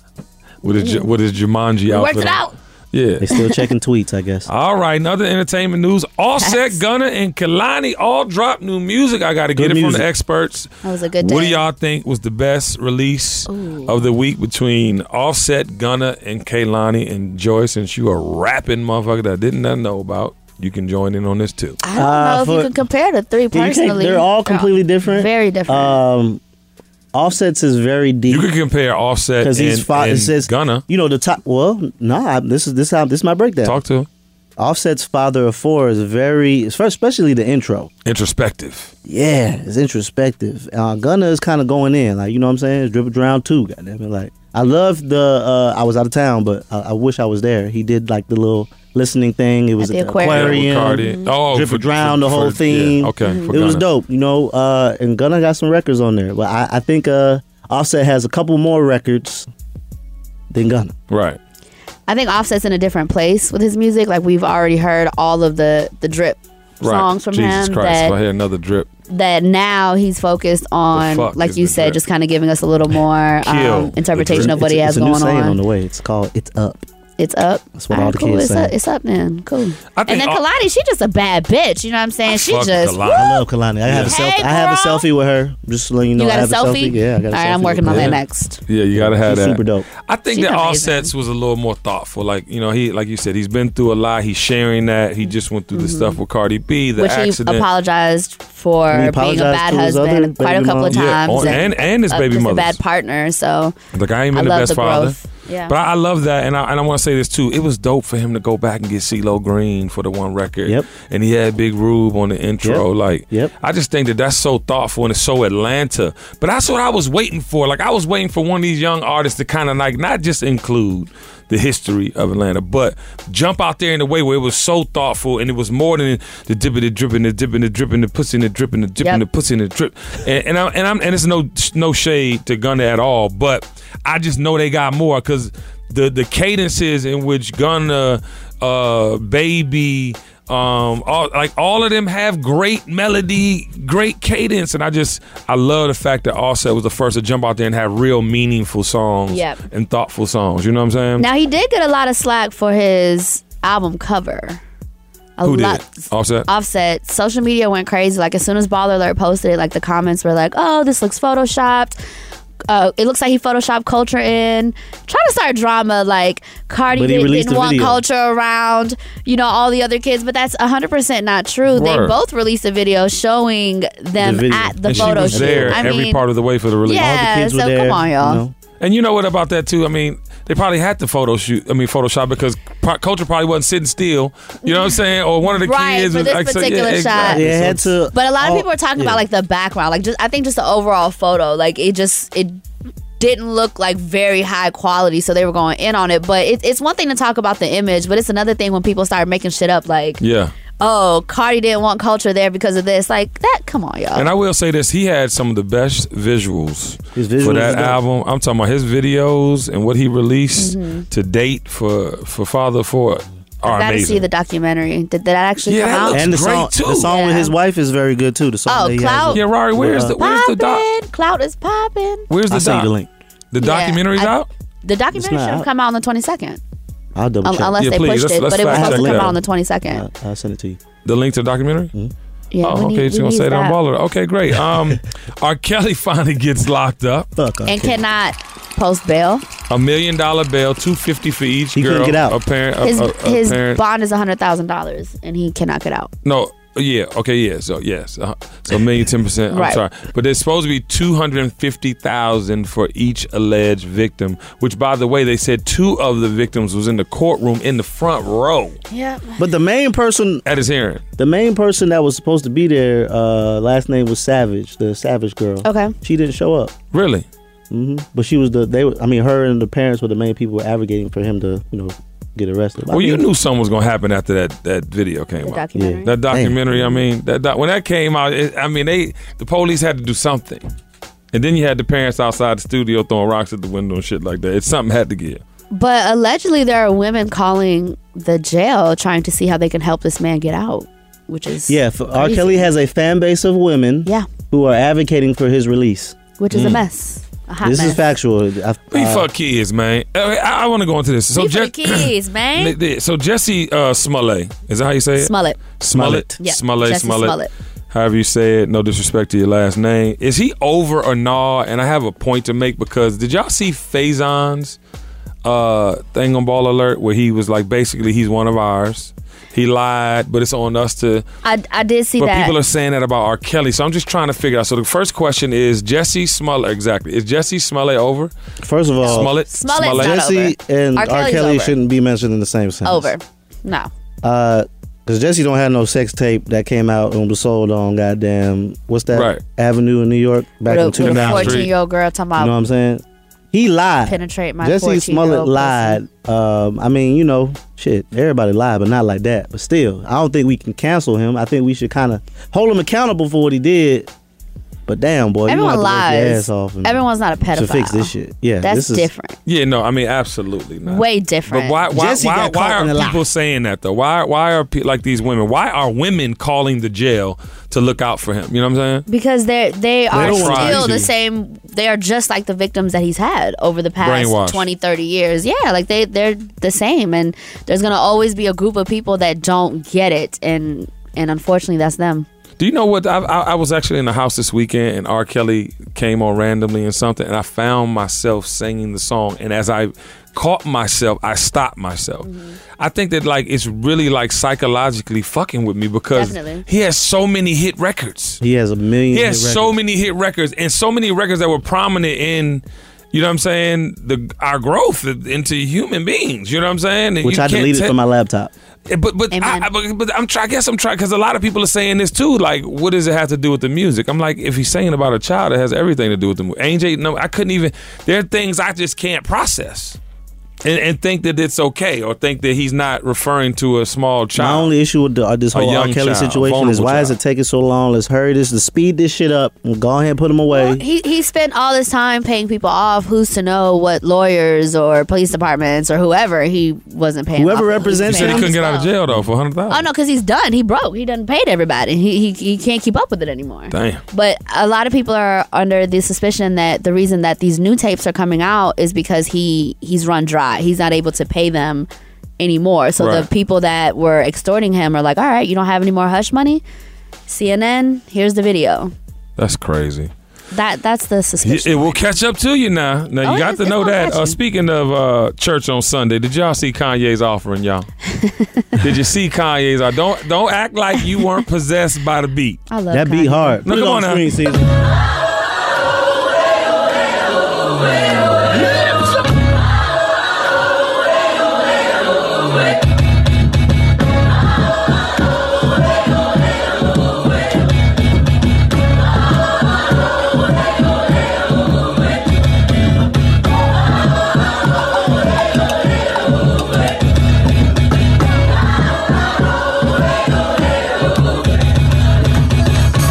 Speaker 6: with his Ju- with his Jumanji outfit.
Speaker 7: worked Mm. it
Speaker 6: on.
Speaker 7: out.
Speaker 6: Yeah,
Speaker 2: they still checking tweets, I guess.
Speaker 6: All right, another entertainment news. Offset, Gunna, and Kalani all dropped new music. I got to get
Speaker 2: Good
Speaker 6: it from
Speaker 2: music.
Speaker 6: the experts.
Speaker 7: That was a good
Speaker 6: What
Speaker 7: day.
Speaker 6: do y'all think was the best release
Speaker 7: Ooh.
Speaker 6: of the week between Offset, Gunna, and Kalani? And Joy, since you a rapping motherfucker that I didn't not know about, you can join in on this too.
Speaker 7: I don't know if you can compare the
Speaker 2: Yeah, Uh,
Speaker 7: three
Speaker 2: you can't-
Speaker 7: personally. oh,
Speaker 2: they're all completely different.
Speaker 7: Very different.
Speaker 2: Um, Offsets is very deep.
Speaker 6: You can compare Offset and,
Speaker 2: because he's fi- it
Speaker 6: and
Speaker 2: says
Speaker 6: Gunna.
Speaker 2: You know the top. Well, nah. This is this how this is my breakdown.
Speaker 6: Talk to him.
Speaker 2: Offset's father of four is very, especially the intro.
Speaker 6: Introspective.
Speaker 2: Yeah, it's introspective. Uh, Gunna is kind of going in, like you know what I'm saying. It's drip it drown too. Goddamn it! Like I love the. Uh, I was out of town, but I, I wish I was there. He did like the little listening thing. It was
Speaker 7: At the
Speaker 2: at
Speaker 7: aquarium. Mm-hmm.
Speaker 6: Yeah, with
Speaker 7: Mhm.
Speaker 6: Cardi. Oh,
Speaker 2: drip
Speaker 6: for-
Speaker 2: or drown
Speaker 6: for-
Speaker 2: the whole
Speaker 6: for-
Speaker 2: thing.
Speaker 6: yeah, okay, for
Speaker 2: it was
Speaker 6: Gunna.
Speaker 2: dope. You know, uh, and Gunna got some records on there, but I, I think uh, Offset has a couple more records than Gunna.
Speaker 6: Right.
Speaker 7: I think Offset's in a different place with his music. Like we've already heard all of the the drip
Speaker 6: Right.
Speaker 7: songs from
Speaker 6: Jesus
Speaker 7: him.
Speaker 6: Christ.
Speaker 7: that
Speaker 6: if I hear another drip.
Speaker 7: that now he's focused on,
Speaker 6: fuck
Speaker 7: like
Speaker 6: is
Speaker 7: you
Speaker 6: the
Speaker 7: said,
Speaker 6: drip?
Speaker 7: just kind of giving us a little more
Speaker 6: Kill
Speaker 7: um,
Speaker 6: the
Speaker 7: interpretation
Speaker 6: drip.
Speaker 7: of what he
Speaker 2: it's
Speaker 7: has
Speaker 2: a
Speaker 7: going
Speaker 2: new saying on.
Speaker 7: on.
Speaker 2: the way. It's called "It's Up."
Speaker 7: It's up.
Speaker 2: That's what all,
Speaker 7: All right,
Speaker 2: the
Speaker 7: cool.
Speaker 2: kids
Speaker 7: It's
Speaker 2: say.
Speaker 7: up, it's up then. Cool.
Speaker 6: think
Speaker 7: And then
Speaker 6: all-
Speaker 7: Kalani, she just a bad bitch. You know what I'm saying? She
Speaker 2: Fuck
Speaker 7: just.
Speaker 2: Kalani. I love Kalani. I have a
Speaker 7: Hey,
Speaker 2: selfie. I have a
Speaker 7: girl.
Speaker 2: selfie with her. Just to let you know,
Speaker 7: You got
Speaker 2: I
Speaker 7: a
Speaker 2: have a
Speaker 7: selfie?
Speaker 2: selfie. Yeah, I got a
Speaker 7: All
Speaker 2: selfie.
Speaker 7: right, I'm working
Speaker 2: with
Speaker 7: on
Speaker 2: her.
Speaker 7: that next.
Speaker 6: Yeah, you gotta have
Speaker 2: She's
Speaker 6: that.
Speaker 2: super dope.
Speaker 6: I think
Speaker 7: She's
Speaker 6: that
Speaker 7: amazing.
Speaker 6: Offsets was a little more thoughtful. Like you know, he like you said, he's been through a lot. He's sharing that. He just went through the stuff with Cardi B, the
Speaker 7: Mm-hmm. Which
Speaker 6: accident.
Speaker 7: he apologized for
Speaker 2: He
Speaker 7: being a
Speaker 2: apologized
Speaker 7: bad
Speaker 2: to his other
Speaker 7: husband quite a
Speaker 2: baby oh,
Speaker 7: couple of
Speaker 6: mom. Yeah,
Speaker 7: times.
Speaker 6: on- and- and his
Speaker 7: uh,
Speaker 6: baby
Speaker 7: just a
Speaker 6: mothers.
Speaker 7: bad partner. So
Speaker 6: Like I ain't
Speaker 7: I
Speaker 6: been the
Speaker 7: love
Speaker 6: best
Speaker 7: the
Speaker 6: father.
Speaker 7: growth. Yeah.
Speaker 6: But I, I love that, and I and I want to say this too. It was dope for him to go back and get CeeLo Green for the one record. Yep. And he had Big Rube on the intro.
Speaker 2: Yep.
Speaker 6: Like,
Speaker 2: Yep.
Speaker 6: I just think that that's so thoughtful and it's so Atlanta. But that's what I was waiting for. Like I was waiting for one of these young artists to kind of like not just include the history of Atlanta, but jump out there in a way where it was so thoughtful and it was more than the dipping, the dripping, the dipping, the dripping, the pussy, and the dripping, the dipping,
Speaker 7: Yep.
Speaker 6: the pussy, and the drip. And, and I'm and I'm and it's no no shade to Gunna at all, but I just know they got more because the the cadences in which Gunna, uh, Baby. Um, all, like all of them have great melody, great cadence, and I just I love the fact that Offset was the first to jump out there and have real meaningful songs
Speaker 7: Yep.
Speaker 6: and thoughtful songs. You know what I'm saying?
Speaker 7: now he did get a lot of slack for his album cover. A
Speaker 6: Who
Speaker 7: lot.
Speaker 6: did? Offset.
Speaker 7: Offset, social media went crazy. Like as soon as Baller Alert posted it, like the comments were like, "Oh, this looks photoshopped." Uh, it looks like he photoshopped culture in, trying to start drama. Like Cardi
Speaker 2: But he
Speaker 7: did,
Speaker 2: released
Speaker 7: didn't
Speaker 2: the
Speaker 7: want
Speaker 2: video.
Speaker 7: culture around, you know, all the other kids. But that's hundred percent not true. They
Speaker 6: Word.
Speaker 7: both released a video showing them
Speaker 6: video.
Speaker 7: at the
Speaker 6: and
Speaker 7: photo
Speaker 6: she was
Speaker 7: shoot.
Speaker 6: there
Speaker 7: I
Speaker 6: every
Speaker 7: mean,
Speaker 6: part of the way for the release.
Speaker 7: yeah.
Speaker 2: kids
Speaker 7: so
Speaker 2: were
Speaker 7: come
Speaker 2: there,
Speaker 7: on, y'all.
Speaker 2: you know.
Speaker 6: And you know what about that too? I mean, they probably had to photo shoot. I mean, Photoshop because pro- culture probably wasn't sitting still. You know what I'm saying? Or one of the
Speaker 7: Right,
Speaker 6: kids
Speaker 7: for
Speaker 6: was
Speaker 7: this
Speaker 6: like, so-
Speaker 7: particular
Speaker 6: yeah,
Speaker 7: shot.
Speaker 6: exactly.
Speaker 2: Yeah,
Speaker 6: So-
Speaker 2: had to.
Speaker 7: But a lot of
Speaker 2: all-
Speaker 7: people are talking
Speaker 2: yeah.
Speaker 7: about like the background, like just I think just the overall photo, like it just it didn't look like very high quality, so they were going in on it. But it, it's one thing to talk about the image, but it's another thing when people start making shit up, like
Speaker 6: yeah.
Speaker 7: oh Cardi didn't want culture there because of this, like that. Come on, y'all.
Speaker 6: And I will say this: he had some of the best visuals,
Speaker 2: visuals
Speaker 6: for
Speaker 2: is
Speaker 6: that
Speaker 2: dope.
Speaker 6: album. I'm talking about his videos and what he released to date for for Father Four are
Speaker 7: Mm-hmm. Gotta
Speaker 6: amazing.
Speaker 7: see the documentary. Did, did that actually
Speaker 6: Yeah,
Speaker 7: come
Speaker 6: that
Speaker 7: out?
Speaker 6: looks
Speaker 2: and the
Speaker 6: great
Speaker 2: song,
Speaker 6: too.
Speaker 2: the song with his wife is very good too. The song
Speaker 7: Oh,
Speaker 2: that he has
Speaker 7: Clout.
Speaker 2: with-
Speaker 6: yeah, Rory, where's
Speaker 2: uh,
Speaker 6: the where's the doc?
Speaker 7: Poppin', Cloud is popping.
Speaker 6: Where's the
Speaker 2: I'll send
Speaker 6: doc?
Speaker 2: you the link.
Speaker 6: The
Speaker 7: Yeah,
Speaker 6: documentary's
Speaker 7: I-
Speaker 6: out.
Speaker 7: The documentary
Speaker 2: not
Speaker 7: should have
Speaker 2: out.
Speaker 7: come out on the twenty second,
Speaker 2: I'll double check.
Speaker 7: unless
Speaker 6: Yeah,
Speaker 7: they
Speaker 6: please,
Speaker 7: pushed
Speaker 6: let's-
Speaker 7: it.
Speaker 6: let's
Speaker 7: But it was
Speaker 6: fact
Speaker 7: supposed to
Speaker 6: check
Speaker 7: come
Speaker 6: that.
Speaker 7: out on the twenty second.
Speaker 2: I'll send it to you.
Speaker 6: The link to the documentary?
Speaker 2: Mm-hmm.
Speaker 7: Yeah, we
Speaker 6: oh,
Speaker 7: need-
Speaker 6: okay. She's
Speaker 7: we
Speaker 6: gonna
Speaker 7: need
Speaker 6: say it on
Speaker 7: that.
Speaker 6: baller. Okay, great. Um, R. Kelly finally gets locked up.
Speaker 2: Fuck.
Speaker 7: and cannot post bail.
Speaker 6: A million dollar bail, two fifty for each
Speaker 2: couldn't
Speaker 6: girl.
Speaker 2: get out.
Speaker 6: A parent. A,
Speaker 7: His
Speaker 6: a, a
Speaker 7: his
Speaker 6: parent-
Speaker 7: bond is hundred thousand dollars, and he cannot get out.
Speaker 6: No. Yeah. Okay. Yeah. So yes. Uh, so a million ten percent. I'm
Speaker 7: Right.
Speaker 6: sorry, but there's supposed to be two hundred and fifty thousand for each alleged victim. Which, by the way, they said two of the victims was in the courtroom in the front row
Speaker 7: Yeah.
Speaker 2: But the main person,
Speaker 6: at his hearing.
Speaker 2: the main person that was supposed to be there, uh, last name was Savage, the Savage girl.
Speaker 7: Okay.
Speaker 2: She didn't show up,
Speaker 6: Really?
Speaker 2: hmm but she was the. They, were- I mean, her and the parents were the main people advocating for him to, you know, get arrested. I
Speaker 6: Well, you
Speaker 2: mean,
Speaker 6: knew something was gonna happen after that that video came out.
Speaker 7: documentary. Yeah.
Speaker 6: That documentary. I mean, that doc, when that came out, it, I mean, they the police had to do something. And then you had the parents outside the studio throwing rocks at the window and shit like that. It's something had to give.
Speaker 7: But allegedly, there are women calling the jail trying to see how they can help this man get out, which is
Speaker 2: Yeah, for R.
Speaker 7: crazy.
Speaker 2: Kelly has a fan base of women
Speaker 7: Yeah.
Speaker 2: who are advocating for his release.
Speaker 7: which is a mess. A hot
Speaker 2: Mm. This
Speaker 7: mess.
Speaker 2: is factual. I,
Speaker 6: We
Speaker 2: uh,
Speaker 6: fuck kids, man. Uh, I, I want to go into this. So,
Speaker 7: We
Speaker 6: Je-
Speaker 7: for the kids, man.
Speaker 6: so Jesse uh, Smollett, is that how you say it?
Speaker 7: Smollett.
Speaker 6: Smollett.
Speaker 7: Yeah,
Speaker 6: Smollett.
Speaker 7: Jesse
Speaker 6: Smollett.
Speaker 7: Smollett.
Speaker 6: However you say it, no disrespect to your last name. Is he over or nah? And I have a point to make because did y'all see Faison's uh, thing on Ball Alert where he was like basically he's one of ours. He lied, but it's on us to
Speaker 7: I, I did see
Speaker 6: but
Speaker 7: that.
Speaker 6: people are saying that about R. Kelly. So I'm just trying to figure out. So the first question is Jesse Smollett. Exactly. Is Jesse Smollett over?
Speaker 2: First of all,
Speaker 6: Smollett.
Speaker 2: Oh. Jesse and
Speaker 7: R.
Speaker 2: R.
Speaker 7: Kelly's
Speaker 2: Kelly
Speaker 7: over.
Speaker 2: shouldn't be mentioned in the same sentence.
Speaker 7: over. No.
Speaker 2: Because Jesse don't have no sex tape that came out and was sold on goddamn what's that
Speaker 6: Right.
Speaker 2: avenue in New York back in
Speaker 7: with a-
Speaker 2: two
Speaker 7: with a
Speaker 2: thousand.
Speaker 7: 14 year old girl talking
Speaker 2: You know what
Speaker 7: about
Speaker 2: I'm saying? He lied.
Speaker 7: penetrate my
Speaker 2: Jesse
Speaker 7: 14 year
Speaker 2: Smollett
Speaker 7: old.
Speaker 2: lied. Um, I mean, you know, shit. Everybody lied, but not like that. But still, I don't think we can cancel him. I think we should kind of hold him accountable for what he did. But damn, boy,
Speaker 7: Everyone
Speaker 2: you don't have to work your
Speaker 7: lies.
Speaker 2: ass off and-
Speaker 7: Everyone's not a pedophile.
Speaker 2: to fix this shit. Yeah,
Speaker 7: That's
Speaker 2: this is,
Speaker 7: different.
Speaker 6: Yeah, no, I mean absolutely not.
Speaker 7: Way different.
Speaker 6: But why why
Speaker 7: Jesse
Speaker 6: why,
Speaker 7: got
Speaker 6: why
Speaker 7: caught
Speaker 6: are
Speaker 7: in a lie.
Speaker 6: people saying that though? Why why are pe- like these women? Why are women calling the jail to look out for him? You know what I'm saying?
Speaker 7: Because they're, they are
Speaker 6: don't want
Speaker 7: still
Speaker 6: to.
Speaker 7: the same. They are just like the victims that he's had over the
Speaker 6: Brainwashed.
Speaker 7: past 20, 30 years. Yeah, like they, they're the same. And there's going to always be a group of people that don't get it. And, and unfortunately, that's them.
Speaker 6: Do you know what? I, I, I was actually in the house this weekend, and R. Kelly came on randomly and something, and I found myself singing the song. And as I caught myself, I stopped myself. I think that like it's really like psychologically fucking with me because
Speaker 2: Definitely.
Speaker 6: he has so many hit records.
Speaker 2: He has a million.
Speaker 6: He
Speaker 2: hit
Speaker 6: has so many hit records and so many records that were prominent in, you know what I'm saying, the our growth into human beings. You know what I'm saying? And
Speaker 2: records, which
Speaker 6: you
Speaker 2: I
Speaker 6: can't
Speaker 2: deleted
Speaker 6: tell- Eh,
Speaker 2: from my laptop.
Speaker 6: But but I, I- but, but I'm try, I guess I'm trying because a lot of people are saying this too. Like, what does it have to do with the music? I'm like, if he's singing about a child, it has everything to do with the movie. AJ, no, I couldn't even. There are things I just can't process. And, and think that it's okay, or think that he's not referring to a small
Speaker 2: My
Speaker 6: child.
Speaker 2: only issue with the, uh, this
Speaker 6: A
Speaker 2: whole R.
Speaker 6: young
Speaker 2: Kelly
Speaker 6: child,
Speaker 2: situation is
Speaker 6: vulnerable
Speaker 2: why is it taking so long? Let's hurry this, let's speed this shit up, and go ahead and put him away.
Speaker 7: He, he spent all this time paying people off. Who's to know what lawyers or police departments or whoever he wasn't paying
Speaker 2: Whoever
Speaker 7: off. He's
Speaker 6: He
Speaker 2: represents
Speaker 6: said he
Speaker 7: paying
Speaker 6: couldn't get
Speaker 7: off
Speaker 6: out of jail though for hundred thousand.
Speaker 7: Oh no, because he's done. He broke. He done paid everybody. He, he he can't keep up with it anymore.
Speaker 6: Damn.
Speaker 7: But a lot of people are under the suspicion that the reason that these new tapes are coming out is because he he's run dry. He's not able to pay them anymore. So the
Speaker 13: Right.
Speaker 7: people that were extorting him are like, "All right, you don't have any more hush money." CNN, here's the video.
Speaker 6: That's crazy.
Speaker 7: That that's the
Speaker 6: Y-
Speaker 7: suspicion.
Speaker 6: It will catch up to you now. Now
Speaker 7: Oh,
Speaker 6: you
Speaker 7: it
Speaker 6: got
Speaker 7: is-
Speaker 6: to
Speaker 7: it's
Speaker 6: know
Speaker 7: gonna
Speaker 6: that.
Speaker 7: catch
Speaker 6: Uh,
Speaker 7: you.
Speaker 6: speaking of uh, church on Sunday, did y'all see Kanye's offering, y'all? did you see Kanye's? I don't don't act like you weren't possessed by the beat.
Speaker 7: I love
Speaker 2: that beat hard.
Speaker 6: No,
Speaker 2: Put it
Speaker 6: come on
Speaker 2: on
Speaker 6: now.
Speaker 2: screen, Caesar.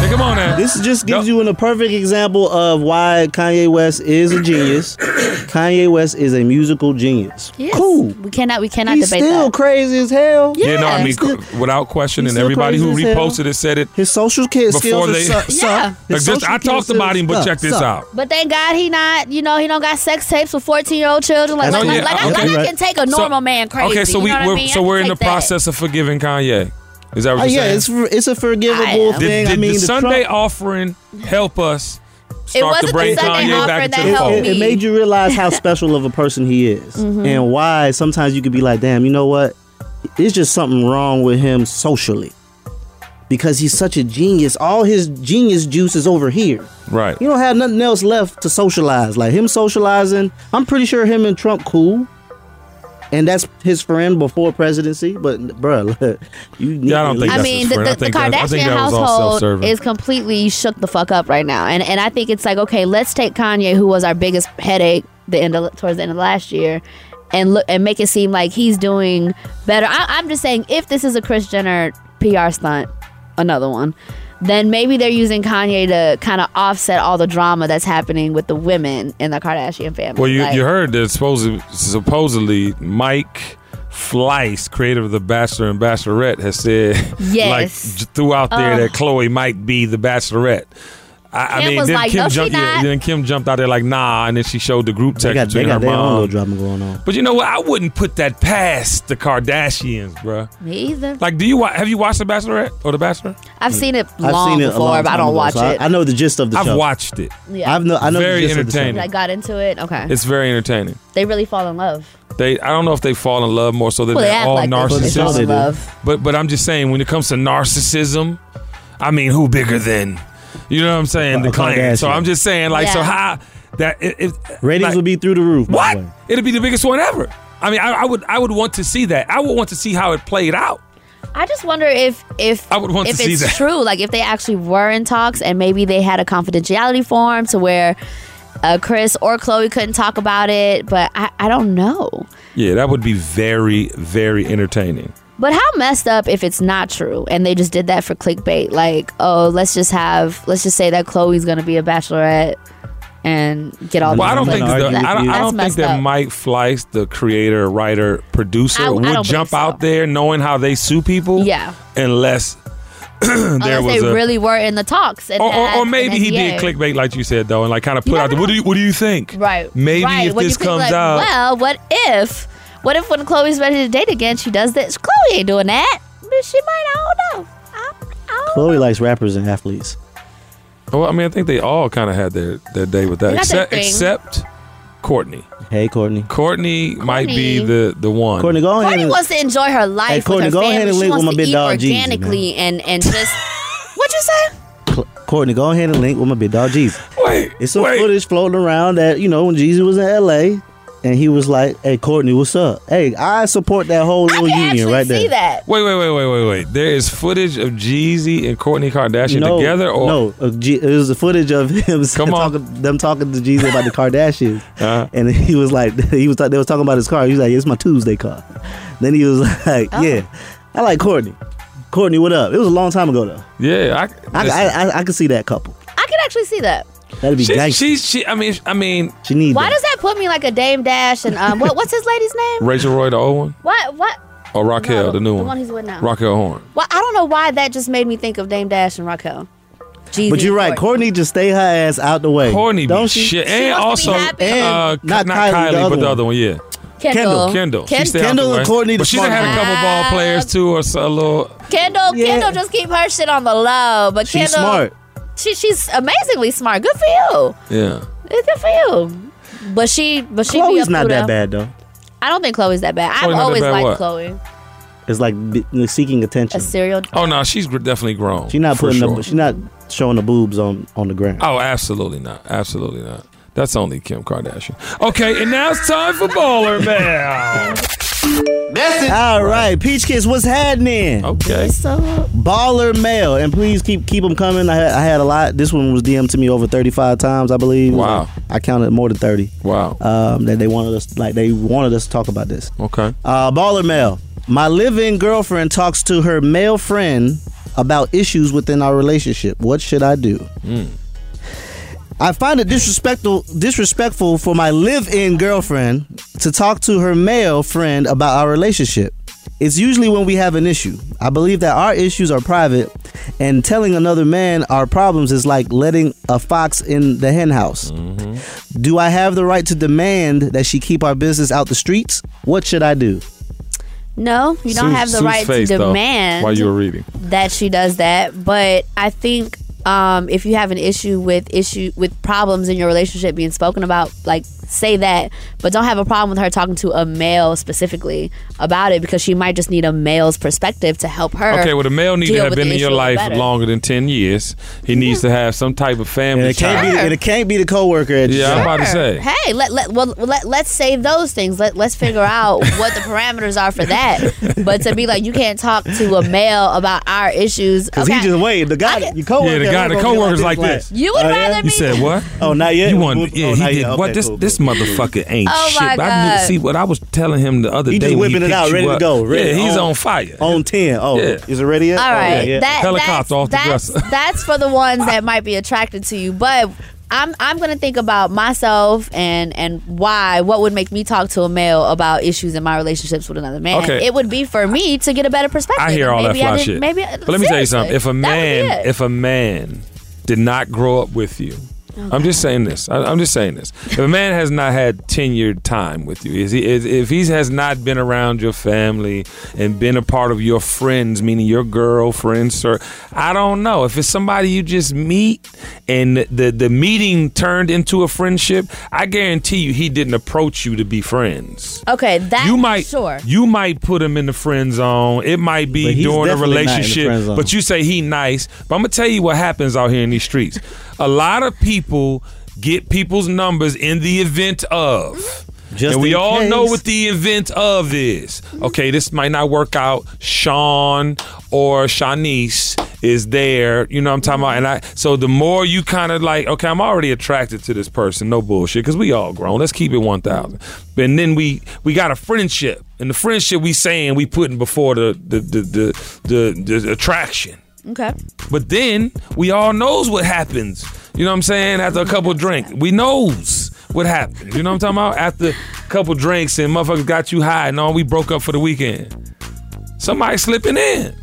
Speaker 6: come on now.
Speaker 2: This just gives you an, a perfect example of why Kanye West is a genius. Kanye West is a musical genius.
Speaker 7: Yes. Cool. We cannot we cannot
Speaker 2: He's
Speaker 7: debate
Speaker 2: still
Speaker 7: that.
Speaker 2: crazy as hell.
Speaker 6: Yeah, no, I mean, c- without question, and
Speaker 2: still
Speaker 6: everybody who
Speaker 2: crazy as hell.
Speaker 6: reposted it said it.
Speaker 2: His social kids
Speaker 6: before
Speaker 2: skills are
Speaker 6: they.
Speaker 2: su- suck. His
Speaker 6: Like, just,
Speaker 2: social
Speaker 6: I
Speaker 2: kids
Speaker 6: talked
Speaker 2: skills
Speaker 6: about him, but
Speaker 2: suck,
Speaker 6: check this
Speaker 2: suck.
Speaker 6: out.
Speaker 7: But thank God he not, you know, he don't got sex tapes with fourteen year old children. Like,
Speaker 6: That's right.
Speaker 7: like, like, like,
Speaker 6: Okay.
Speaker 7: like I can take a
Speaker 6: So-
Speaker 7: normal man crazy.
Speaker 6: Okay, so
Speaker 7: you
Speaker 6: we
Speaker 7: know what I
Speaker 6: we're,
Speaker 7: mean?
Speaker 6: so
Speaker 7: I
Speaker 6: we're
Speaker 7: can
Speaker 6: in the
Speaker 7: take that.
Speaker 6: process of forgiving Kanye. Is that what
Speaker 2: Oh,
Speaker 6: you're
Speaker 2: yeah,
Speaker 6: saying?
Speaker 2: it's for, it's a forgivable
Speaker 7: I am.
Speaker 2: thing.
Speaker 6: did
Speaker 2: I
Speaker 6: did
Speaker 2: mean,
Speaker 6: the
Speaker 2: the
Speaker 6: Sunday
Speaker 2: Trump-
Speaker 6: offering help us
Speaker 7: It
Speaker 6: start to
Speaker 7: wasn't
Speaker 6: bring
Speaker 7: the Sunday
Speaker 6: Kanye
Speaker 7: offering
Speaker 6: back into
Speaker 7: that
Speaker 6: the
Speaker 7: helped
Speaker 2: it,
Speaker 6: fold?
Speaker 2: it made you realize how special of a person he is
Speaker 7: Mhm.
Speaker 2: and why sometimes you could be like damn you know what it's just something wrong with him socially because he's such a genius all his genius juice is over here
Speaker 6: Right.
Speaker 2: you don't have nothing else left to socialize like him socializing i'm pretty sure him and trump cool and that's his friend before presidency but bruh look, you need
Speaker 6: Yeah, I don't think
Speaker 7: I mean, the, the, the Kardashian household is completely shook the fuck up right now, and and I think it's like, okay, let's take Kanye, who was our biggest headache the end of, towards the end of last year, and look and make it seem like he's doing better. I, I'm just saying, if this is a Kris Jenner PR stunt, another one. then maybe they're using Kanye to kind of offset all the drama that's happening with the women in the Kardashian family.
Speaker 6: Well, you,
Speaker 7: Like,
Speaker 6: you heard that supposedly, supposedly Mike Fleiss, creator of The Bachelor and Bachelorette, has said
Speaker 7: Yes.
Speaker 6: like j- throughout there
Speaker 7: Ugh.
Speaker 6: that Chloe might be the Bachelorette. I, I
Speaker 7: Kim
Speaker 6: mean,
Speaker 7: was
Speaker 6: then
Speaker 7: like,
Speaker 6: Kim
Speaker 7: "No, she
Speaker 6: jumped.
Speaker 7: not."
Speaker 6: then Kim jumped out there like, "Nah," and then she showed the group
Speaker 2: They
Speaker 6: text
Speaker 2: got, they
Speaker 6: between her
Speaker 2: got their own little
Speaker 6: mom.
Speaker 2: drama going on.
Speaker 6: But you know what? I wouldn't put that past the Kardashians, bruh.
Speaker 7: Me either.
Speaker 6: Like, do you wa- have you watched The Bachelorette or The Bachelor?
Speaker 7: I've seen it
Speaker 2: I've
Speaker 7: long
Speaker 2: seen it a
Speaker 7: before,
Speaker 2: long
Speaker 7: but I
Speaker 2: time
Speaker 7: don't
Speaker 2: ago,
Speaker 7: watch
Speaker 2: so I-
Speaker 7: it.
Speaker 2: I know the gist of the
Speaker 6: I've
Speaker 2: show.
Speaker 6: watched it.
Speaker 7: Yeah.
Speaker 2: I've no, I know the
Speaker 6: Very
Speaker 2: gist of the show.
Speaker 6: entertaining.
Speaker 7: I got into it. Okay,
Speaker 6: It's very entertaining.
Speaker 7: they really fall in love.
Speaker 6: They, I don't know if they fall in love more so that
Speaker 7: Well, they
Speaker 6: they're
Speaker 7: act
Speaker 6: all
Speaker 7: like they do. They fall
Speaker 6: narcissists.
Speaker 7: in love.
Speaker 6: But but I'm just saying, when it comes to narcissism, I mean, who bigger than you know what I'm saying? The clan. So
Speaker 2: Kardashian.
Speaker 6: I'm just saying, like, so
Speaker 2: Yeah.
Speaker 6: how that it, it,
Speaker 2: Ratings
Speaker 6: like,
Speaker 2: would be through the roof. By
Speaker 6: what?
Speaker 2: the way.
Speaker 6: It'd be the biggest one ever. I mean, I, I would I would want to see that. I would want to see how it played out.
Speaker 7: I just wonder if if
Speaker 6: I would want
Speaker 7: if
Speaker 6: to see
Speaker 7: it's
Speaker 6: that.
Speaker 7: true, like if they actually were in talks and maybe they had a confidentiality form to where uh, Chris or Chloe couldn't talk about it. But I, I don't know.
Speaker 6: Yeah, that would be very very entertaining.
Speaker 7: But how messed up if it's not true and they just did that for clickbait? Like, oh, let's just have let's just say that Chloe's gonna be a bachelorette and get all.
Speaker 6: Well, I
Speaker 7: the
Speaker 6: don't think
Speaker 7: clicks.
Speaker 6: that, I don't, I
Speaker 7: That's
Speaker 6: don't think
Speaker 7: messed
Speaker 6: that
Speaker 7: up.
Speaker 6: Mike Fleiss, the creator, writer, producer,
Speaker 7: I- I don't
Speaker 6: would
Speaker 7: believe
Speaker 6: jump out there knowing how they sue people.
Speaker 7: Yeah.
Speaker 6: unless there
Speaker 7: Unless
Speaker 6: was
Speaker 7: they
Speaker 6: a
Speaker 7: really were in the talks. And
Speaker 6: or, or,
Speaker 7: had
Speaker 6: or
Speaker 7: an
Speaker 6: maybe he did
Speaker 7: NDA.
Speaker 6: clickbait, like you said, though, and like kind of put out. the What do you What do you think?
Speaker 7: Right.
Speaker 6: Maybe
Speaker 7: right.
Speaker 6: if
Speaker 7: When you
Speaker 6: this
Speaker 7: think,
Speaker 6: comes
Speaker 7: like,
Speaker 6: out,
Speaker 7: Well, what if? What if when Chloe's ready to date again, she does this? Chloe ain't doing that. But she might. I don't know.
Speaker 2: Chloe likes rappers and athletes.
Speaker 6: well, I mean, I think they all kind of had their, their day with
Speaker 7: They
Speaker 6: that,
Speaker 7: got their
Speaker 6: except
Speaker 7: thing.
Speaker 6: except Courtney.
Speaker 2: Hey, Courtney.
Speaker 6: Courtney might be
Speaker 7: Courtney.
Speaker 6: the the one.
Speaker 2: Courtney, go ahead.
Speaker 7: Courtney
Speaker 2: and-
Speaker 7: wants to enjoy her life
Speaker 2: Hey, Courtney,
Speaker 7: with her
Speaker 2: go
Speaker 7: family.
Speaker 2: ahead and
Speaker 7: she
Speaker 2: link
Speaker 7: wants
Speaker 2: with my
Speaker 7: to
Speaker 2: big
Speaker 7: eat
Speaker 2: dog Jeezy, man.
Speaker 7: organically and and just. what you say?
Speaker 2: Cl- Courtney, go ahead and link with my big dog Jeezy.
Speaker 6: Wait,
Speaker 2: it's some footage floating around that you know when Jeezy was in L.A. and he was like, "Hey, Courtney, what's up? Hey, I support that whole little union right there."
Speaker 7: that.
Speaker 6: Wait, wait, wait, wait, wait, wait. There is footage of Jeezy and Courtney Kardashian
Speaker 2: no,
Speaker 6: together, or
Speaker 2: no, uh, G- it was the footage of him talking, them talking to Jeezy about the Kardashians,
Speaker 6: Uh-huh.
Speaker 2: and he was like, he was they was talking about his car. He was like, "It's my Tuesday car." Then he was like, "Yeah, I like Courtney. Courtney, what up?" It was a long time ago though.
Speaker 6: Yeah,
Speaker 2: I
Speaker 6: listen.
Speaker 2: I, I, I could see that couple.
Speaker 7: I could actually see that.
Speaker 2: That'd be
Speaker 6: She,
Speaker 2: gangsta.
Speaker 6: she, she, I mean, I mean,
Speaker 2: she needs
Speaker 7: Why does that put me like a Dame Dash and um what what's his lady's name?
Speaker 6: Rachel Roy, the old one,
Speaker 7: What what?
Speaker 6: or Raquel, the new
Speaker 7: the
Speaker 6: one,
Speaker 7: one he's with now.
Speaker 6: Raquel Horn.
Speaker 7: Well, I don't know why that just made me think of Dame Dash and Raquel. Jeezy
Speaker 2: But you're
Speaker 7: and
Speaker 2: right. Courtney just stay her ass out the way. Courtney, don't she?
Speaker 6: Shit, and also uh,
Speaker 2: not
Speaker 6: not, not
Speaker 2: Kylie,
Speaker 6: Kylie,
Speaker 2: the other
Speaker 6: but the
Speaker 2: one.
Speaker 6: other one, yeah.
Speaker 7: Kendall.
Speaker 6: Kendall. She
Speaker 7: Ken-
Speaker 6: stay out
Speaker 2: Kendall
Speaker 6: the
Speaker 2: and
Speaker 6: way.
Speaker 2: Courtney
Speaker 6: But
Speaker 2: the
Speaker 6: she done
Speaker 2: smart
Speaker 6: had a couple ball players too, or so, a little.
Speaker 7: Kendall, Kendall just keep her shit on the low. But
Speaker 6: She's
Speaker 7: Kendall,
Speaker 6: smart.
Speaker 7: She, she's amazingly smart. Good for you.
Speaker 6: Yeah.
Speaker 7: It's Good for you. But she, but she. be
Speaker 2: Chloe's
Speaker 7: up
Speaker 2: not
Speaker 7: through
Speaker 2: that
Speaker 7: the-
Speaker 2: bad though.
Speaker 7: I don't think Chloe's that bad.
Speaker 6: Chloe
Speaker 7: I've
Speaker 6: not that
Speaker 7: always
Speaker 6: bad
Speaker 7: liked
Speaker 6: what?
Speaker 7: Chloe.
Speaker 2: It's like b- seeking attention.
Speaker 7: A serial.
Speaker 6: Oh no, she's gr- definitely grown.
Speaker 2: She's not
Speaker 6: for
Speaker 2: putting.
Speaker 6: sure.
Speaker 2: The, she's not showing the boobs on on the ground.
Speaker 6: Oh, absolutely not. Absolutely not. That's only Kim Kardashian. Okay, and now it's time for Baller Mail.
Speaker 2: All right, Peach Kids, what's happening?
Speaker 6: Okay.
Speaker 2: Baller mail, and please keep keep them coming. I had, I had a lot. This one was DM'd to me over 35 times, I believe. Wow. I counted more than 30.
Speaker 6: Wow.
Speaker 2: Um, that they wanted us like they wanted us to talk about this.
Speaker 6: Okay.
Speaker 2: Uh, baller mail. My live-in girlfriend talks to her male friend about issues within our relationship. What should I do? I find it disrespectful disrespectful for my live-in girlfriend to talk to her male friend about our relationship. It's usually when we have an issue. I believe that our issues are private and telling another man our problems is like letting a fox in the hen house. Do I have the right to demand that she keep our business out the streets? What should I do?
Speaker 7: No, you don't
Speaker 2: Sue's-
Speaker 7: have the
Speaker 2: Sue's
Speaker 7: right
Speaker 2: face,
Speaker 7: to
Speaker 2: though,
Speaker 7: demand
Speaker 2: while you were reading.
Speaker 7: that she does that. But I think um, if you have an issue with issue with problems in your relationship being spoken about, like say that, but don't have a problem with her talking to a male specifically about it because she might just need a male's perspective to help her.
Speaker 6: Okay, well, the male needs to
Speaker 7: deal
Speaker 6: have
Speaker 7: with
Speaker 6: been
Speaker 7: the
Speaker 6: in your
Speaker 7: issue
Speaker 6: life
Speaker 7: better.
Speaker 6: longer than ten years. He needs to have some type of family.
Speaker 2: And it can't be
Speaker 6: time.
Speaker 2: and it can't be the coworker at
Speaker 6: Yeah,
Speaker 2: your
Speaker 6: I'm
Speaker 2: job.
Speaker 6: about to say.
Speaker 7: Hey, let let well let let's say those things. Let let's figure out what the parameters are for that. But to be like you can't talk to a male about our issues.
Speaker 2: Cause he just wait. The guy, your coworker,
Speaker 6: Yeah, the guy,
Speaker 2: gonna
Speaker 6: the
Speaker 2: be
Speaker 6: coworker's like this.
Speaker 7: You would rather
Speaker 6: You said what?
Speaker 2: Oh, not yet.
Speaker 6: You want?
Speaker 2: Oh,
Speaker 6: Yeah, he
Speaker 2: not
Speaker 6: did.
Speaker 2: yet.
Speaker 6: what
Speaker 2: Okay,
Speaker 6: this
Speaker 2: cool,
Speaker 6: this motherfucker ain't
Speaker 7: Oh,
Speaker 6: shit.
Speaker 7: my
Speaker 6: But I knew,
Speaker 7: God.
Speaker 6: see what I was telling him the other
Speaker 2: He
Speaker 6: day.
Speaker 2: just
Speaker 6: when he
Speaker 2: whipping it
Speaker 6: picked
Speaker 2: out,
Speaker 6: you
Speaker 2: ready to
Speaker 6: up.
Speaker 2: go.
Speaker 6: yeah,
Speaker 2: ready.
Speaker 6: he's
Speaker 2: On-
Speaker 6: on fire.
Speaker 2: On ten. Oh,
Speaker 6: Yeah.
Speaker 2: is it ready yet?
Speaker 7: All
Speaker 2: Oh,
Speaker 7: right,
Speaker 2: yeah.
Speaker 7: that, that's,
Speaker 6: Helicopter off the
Speaker 7: that's,
Speaker 6: dresser.
Speaker 7: that's for the ones that might be attracted to you, but. I'm, I'm gonna think about myself and and why what would make me talk to a male about issues in my relationships with another man.
Speaker 6: Okay.
Speaker 7: It would be for me to get a better perspective.
Speaker 6: I hear all that
Speaker 7: Maybe
Speaker 6: fly
Speaker 7: I didn't-
Speaker 6: shit.
Speaker 7: Maybe
Speaker 6: but let me tell you something. If a man,
Speaker 7: it.
Speaker 6: if a man did not grow up with you, I'm just saying this. I, I'm just saying this. If a man has not had tenured time with you, is he, is, if he has not been around your family and been a part of your friends, meaning your girlfriends, sir, I don't know. If it's somebody you just meet and the the meeting turned into a friendship, I guarantee you he didn't approach you to be friends.
Speaker 7: okay, that
Speaker 6: you might
Speaker 7: sure.
Speaker 6: you might put him in the friend zone. It might
Speaker 2: But
Speaker 6: be
Speaker 2: he's
Speaker 6: during a
Speaker 2: definitely not in the friend
Speaker 6: relationship,
Speaker 2: zone.
Speaker 6: but you say he nice. But I'm gonna tell you what happens out here in these streets. a lot of people get people's numbers in the event of.
Speaker 2: Just
Speaker 6: and we
Speaker 2: in
Speaker 6: all know
Speaker 2: case.
Speaker 6: what the event of is. Okay, this might not work out. Sean or Shanice is there. You know what I'm talking about? And I so the more you kind of like, okay, I'm already attracted to this person. No bullshit, because we all grown. Let's keep it one thousand. And then we we got a friendship, and the friendship we saying we putting before the the the the, the, the attraction.
Speaker 7: Okay.
Speaker 6: But then we all knows what happens. You know what I'm saying? After a couple drinks, we knows what happened. You know what I'm talking about? After a couple drinks and motherfuckers got you high and all, we broke up for the weekend. Somebody slipping in.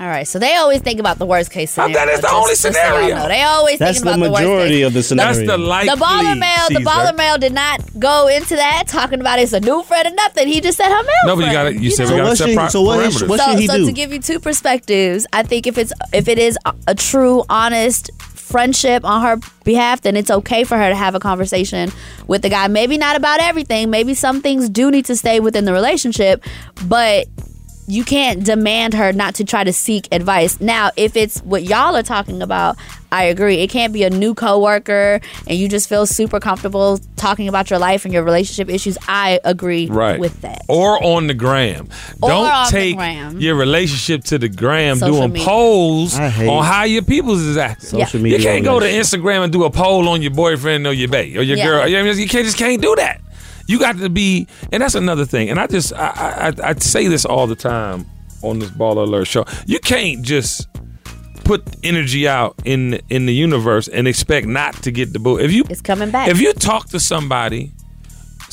Speaker 7: All right, so they always think about the worst case
Speaker 6: I'm-
Speaker 7: scenario.
Speaker 6: that is the
Speaker 7: just-
Speaker 6: only
Speaker 7: just so y'all
Speaker 6: scenario.
Speaker 7: know. They always
Speaker 2: That's
Speaker 7: think
Speaker 2: the
Speaker 7: about the worst case.
Speaker 2: majority of the scenario.
Speaker 6: That's the likely.
Speaker 7: the baller mail, the
Speaker 6: Caesar.
Speaker 7: baller mail did not go into that talking about it's a new friend or nothing. He just said her mail.
Speaker 6: No, but you
Speaker 7: friend.
Speaker 6: got to You said
Speaker 2: So
Speaker 6: we got to
Speaker 2: what
Speaker 6: set
Speaker 2: should-
Speaker 6: pri-
Speaker 2: so what is-
Speaker 6: parameters.
Speaker 2: what
Speaker 7: so,
Speaker 2: should he
Speaker 7: so
Speaker 2: do?
Speaker 7: to give you two perspectives, I think if it's if it is a, a true, honest friendship on her behalf, then it's okay for her to have a conversation with the guy. Maybe not about everything. Maybe some things do need to stay within the relationship, but you can't demand her not to try to seek advice. Now, if it's what y'all are talking about, I agree. It can't be a new coworker and you just feel super comfortable talking about your life and your relationship issues. I agree
Speaker 6: right
Speaker 7: with that.
Speaker 6: or on the gram.
Speaker 7: Or
Speaker 6: Don't
Speaker 7: on the
Speaker 6: take
Speaker 7: gram.
Speaker 6: your relationship to the gram
Speaker 7: Social
Speaker 6: doing
Speaker 7: media.
Speaker 6: polls
Speaker 2: I hate
Speaker 6: on how your people's is acting.
Speaker 2: Social Yeah. media
Speaker 6: You can't go to
Speaker 2: relationship.
Speaker 6: Instagram and do a poll on your boyfriend or your bae or your
Speaker 7: Yeah.
Speaker 6: girl. You, know what I mean? You can't just can't do that. You got to be, and that's another thing. And I just I, I I I say this all the time on this Baller Alert show. You can't just put energy out in in the universe and expect not to get the boo. If you
Speaker 7: It's coming back.
Speaker 6: if you talk to somebody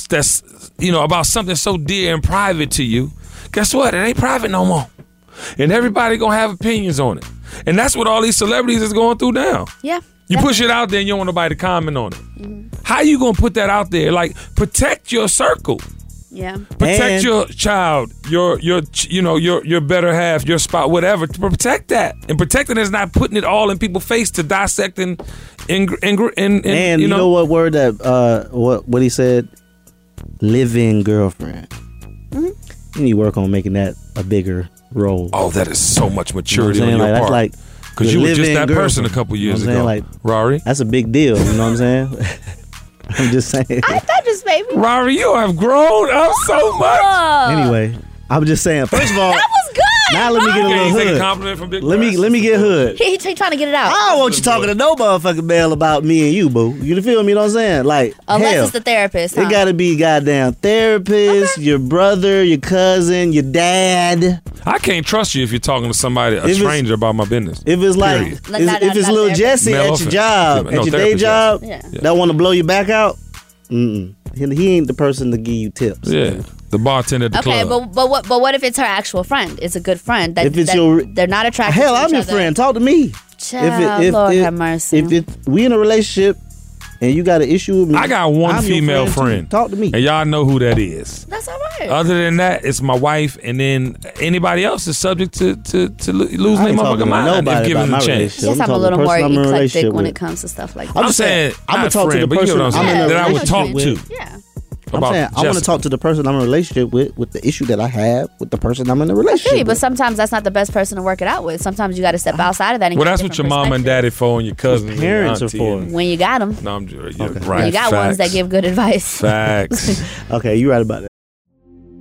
Speaker 6: that's you know about something so dear and private to you, guess what? It ain't private no more. And everybody gonna have opinions on it. And that's what all these celebrities is going through now.
Speaker 7: Yeah.
Speaker 6: You push it out there and you don't want nobody to comment on it.
Speaker 2: Mm-hmm.
Speaker 6: How you gonna put that out there? Like protect your circle.
Speaker 7: Yeah.
Speaker 6: Protect
Speaker 2: And-
Speaker 6: your child, your your ch- you know your your better half, your spot, whatever. To protect that, and protecting is not putting it all in people's face to dissect and and and, and, and,
Speaker 2: And you know, what word that uh what what he said? Living girlfriend.
Speaker 7: Mm-hmm.
Speaker 2: You need to work on making that a bigger role.
Speaker 6: Oh, that is so much maturity
Speaker 2: You know what I'm saying?
Speaker 6: on your
Speaker 2: Like,
Speaker 6: part.
Speaker 2: That's like
Speaker 6: because you were just
Speaker 2: living
Speaker 6: that person a
Speaker 2: girlfriend.
Speaker 6: couple
Speaker 2: You know
Speaker 6: years
Speaker 2: what I'm
Speaker 6: ago,
Speaker 2: saying?
Speaker 6: Rari.
Speaker 2: That's a big deal. You know what I'm saying? I'm just saying.
Speaker 7: That just made me.
Speaker 6: Rari, you have grown up so much.
Speaker 2: anyway, I'm just saying. First of all,
Speaker 7: uh, That was good.
Speaker 2: now let me get a
Speaker 6: Okay,
Speaker 2: little
Speaker 6: you take a
Speaker 2: hood.
Speaker 6: compliment from Big
Speaker 2: let me let me get hood.
Speaker 7: He, he trying to get it out.
Speaker 2: I don't want you talking to no motherfucking male about me and you, boo. You feel me? You know what I'm saying? Like,
Speaker 7: Unless
Speaker 2: hell,
Speaker 7: it's the therapist. huh?
Speaker 2: It gotta be goddamn therapist, your brother, your cousin, your dad.
Speaker 6: I can't trust you if you're talking to somebody, a
Speaker 2: If it's-
Speaker 6: stranger, about my business.
Speaker 2: If it's like
Speaker 6: Period.
Speaker 2: if,
Speaker 7: Like, not-
Speaker 2: if it's
Speaker 7: not
Speaker 2: little
Speaker 7: therapist.
Speaker 2: Jesse
Speaker 6: Male
Speaker 2: at your
Speaker 6: offense.
Speaker 2: job,
Speaker 6: No,
Speaker 2: at your day
Speaker 6: therapist, yes.
Speaker 2: job,
Speaker 7: Yeah.
Speaker 2: that want to blow you back out. Mm-mm. He, he ain't the person to give you tips.
Speaker 6: Yeah, the bartender at the
Speaker 7: Okay,
Speaker 6: club.
Speaker 7: but but what but what if it's her actual friend? It's a good friend. That,
Speaker 2: If it's
Speaker 7: that
Speaker 2: your-
Speaker 7: they're not attracted.
Speaker 2: Hell,
Speaker 7: to
Speaker 2: I'm
Speaker 7: each
Speaker 2: your
Speaker 7: other.
Speaker 2: friend. Talk to me.
Speaker 7: Child, Lord have mercy.
Speaker 2: If it, we in a relationship and you got an issue with me,
Speaker 6: I got one
Speaker 2: I'm your
Speaker 6: female
Speaker 2: too.
Speaker 6: friend.
Speaker 2: Talk to me.
Speaker 6: And y'all know who that is.
Speaker 7: That's all right.
Speaker 6: Other than that, it's my wife, and then anybody else is subject to to, to lo- lose
Speaker 2: I
Speaker 6: their
Speaker 2: ain't talking
Speaker 6: motherfucking
Speaker 2: to
Speaker 6: mind
Speaker 2: nobody
Speaker 6: if given the
Speaker 2: about my
Speaker 6: chance.
Speaker 2: relationship.
Speaker 7: Yes,
Speaker 2: I'm
Speaker 7: I'm, a
Speaker 2: talking
Speaker 7: little
Speaker 2: the
Speaker 7: more
Speaker 2: person I'm in a
Speaker 7: eclectic
Speaker 2: relationship
Speaker 7: when
Speaker 2: with.
Speaker 7: it comes to stuff like that.
Speaker 6: I'm, saying,
Speaker 2: I'm gonna
Speaker 6: not
Speaker 2: talk to the
Speaker 6: friend, but you
Speaker 2: person
Speaker 6: know what I'm
Speaker 2: I'm in
Speaker 6: saying,
Speaker 2: a
Speaker 6: that I would talk to.
Speaker 2: relationship
Speaker 7: yeah.
Speaker 2: I'm
Speaker 6: about
Speaker 2: saying I want to
Speaker 6: Jessica.
Speaker 2: talk to the person I'm in a relationship with, with the issue that I have with the person I'm in a
Speaker 7: I
Speaker 2: relationship
Speaker 7: feel you, but
Speaker 2: with.
Speaker 7: sometimes that's not the best person to work it out with. Sometimes you got to step outside of that. And
Speaker 6: Well,
Speaker 7: get a
Speaker 6: that's what your
Speaker 7: different
Speaker 6: mom and daddy for, and your cousins, and your
Speaker 2: parents are
Speaker 6: auntie
Speaker 2: for.
Speaker 6: and-
Speaker 7: perspective. When you got them,
Speaker 6: No, I'm just you're right.
Speaker 7: you got ones that
Speaker 6: Facts.
Speaker 7: give good advice.
Speaker 6: facts.
Speaker 2: Okay, you're right about that.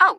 Speaker 12: Oh,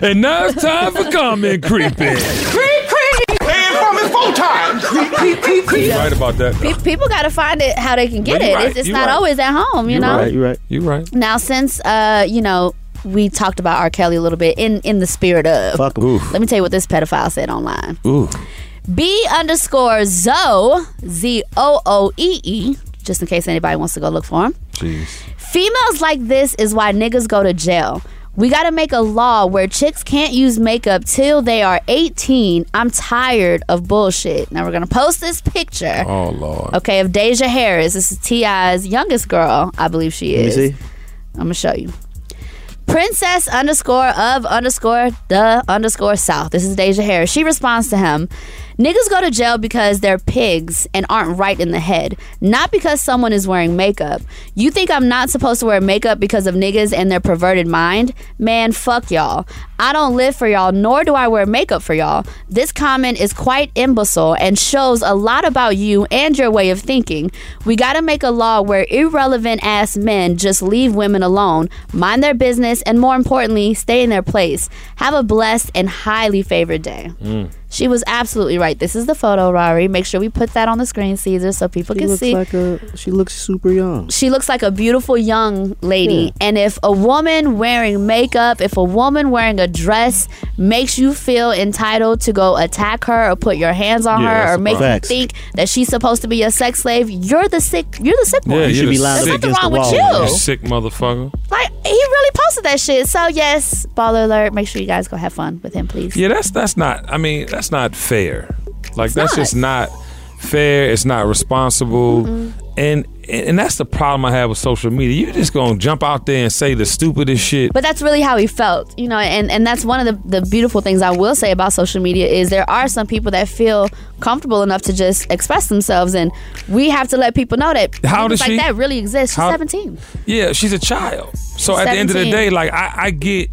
Speaker 6: And now it's time for comment creeping.
Speaker 7: Creep, creep.
Speaker 3: And from it full time. Creep, creep, creep, creep.
Speaker 6: You're right about that.
Speaker 7: Pe- people got to find it how they can get
Speaker 6: Well,
Speaker 7: it.
Speaker 6: you right,
Speaker 7: It's, it's
Speaker 6: you
Speaker 7: not
Speaker 6: right.
Speaker 7: always at home, you
Speaker 6: You
Speaker 7: know.
Speaker 6: right, you right. You right.
Speaker 7: Now, since uh, you know we talked about R. Kelly a little bit in in the spirit of,
Speaker 2: Fuck
Speaker 7: let me tell you what this pedophile said online.
Speaker 6: Ooh.
Speaker 7: B underscore Zoe Z O O E E, just in case anybody wants to go look for him.
Speaker 6: Jeez.
Speaker 7: Females like this is why niggas go to jail. We gotta make a law where chicks can't use makeup till they are 18. I'm tired of bullshit. Now we're gonna post this picture.
Speaker 6: Oh, Lord.
Speaker 7: Okay, of Deja Harris. This is T.I.'s youngest girl, I believe she
Speaker 2: Let me
Speaker 7: is.
Speaker 2: see.
Speaker 7: I'm gonna show you. Princess underscore of underscore the underscore south. This is Deja Harris. She responds to him Niggas go to jail because they're pigs and aren't right in the head, not because someone is wearing makeup. You think I'm not supposed to wear makeup because of niggas and their perverted mind? Man, fuck y'all. I don't live for y'all, nor do I wear makeup for y'all. This comment is quite imbecile and shows a lot about you and your way of thinking. We gotta make a law where irrelevant ass men just leave women alone, mind their business, and more importantly, stay in their place. Have a blessed and highly favored day. She was absolutely right. This is the photo, Rari. Make sure we put that on the screen, Caesar, so people
Speaker 2: She
Speaker 7: can
Speaker 2: looks
Speaker 7: see.
Speaker 2: like a. She looks super young.
Speaker 7: she looks like a beautiful young lady. And if a woman wearing makeup, if a woman wearing a dress makes you feel entitled to go attack her or put your hands on
Speaker 2: Yeah,
Speaker 7: her
Speaker 2: that's
Speaker 7: or
Speaker 2: a
Speaker 7: make you
Speaker 2: problem. Facts.
Speaker 7: think that she's supposed to be your sex slave, you're the sick you're the sick one.
Speaker 2: you should be lined
Speaker 7: There's
Speaker 2: up
Speaker 7: nothing
Speaker 2: against the
Speaker 7: wrong with
Speaker 2: wall.
Speaker 7: you.
Speaker 6: You sick motherfucker.
Speaker 7: Like he really posted that shit. So yes, baller alert. Make sure you guys go have fun with him, please.
Speaker 6: Yeah, that's that's not. I mean, that's not fair. Like that's just not fair. It's not responsible. And and that's the problem I have with social media. You're just gonna jump out there and say the stupidest shit.
Speaker 7: But that's really how he felt, you know, and, and that's one of the, the beautiful things I will say about social media is there are some people that feel comfortable enough to just express themselves, and we have to let people know that
Speaker 6: How
Speaker 7: people
Speaker 6: old is
Speaker 7: like
Speaker 6: she?
Speaker 7: that really exists. She's
Speaker 6: How-
Speaker 7: 17.
Speaker 6: Yeah, she's a child. So
Speaker 7: She's
Speaker 6: at the end of the
Speaker 7: 17.
Speaker 6: day, like I, I get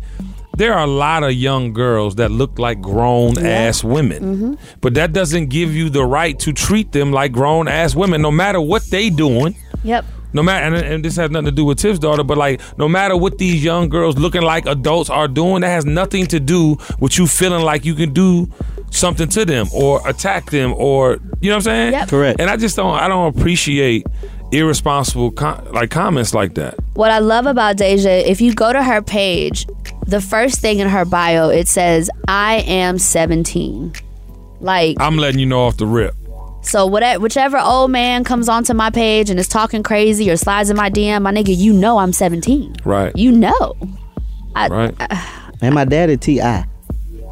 Speaker 6: there are a lot of young girls that look like grown ass women. But that doesn't give you the right to treat them like grown ass women, no matter what they doing.
Speaker 7: Yep.
Speaker 6: No matter, and, and this has nothing to do with Tiff's daughter, but like, no matter what these young girls looking like adults are doing, that has nothing to do with you feeling like you can do something to them or attack them or you know what I'm saying?
Speaker 7: Yep.
Speaker 6: Correct. And I just don't, I don't appreciate irresponsible com- like comments like that.
Speaker 7: What I love about Deja, if you go to her page, the first thing in her bio it says, "I am 17." Like
Speaker 6: I'm letting you know off the rip.
Speaker 7: so, whatever, whichever old man comes onto my page and is talking crazy or slides in my DM, my nigga, you know I'm 17.
Speaker 6: Right.
Speaker 7: You know. I,
Speaker 6: right.
Speaker 2: and my daddy Ti.
Speaker 6: Yeah.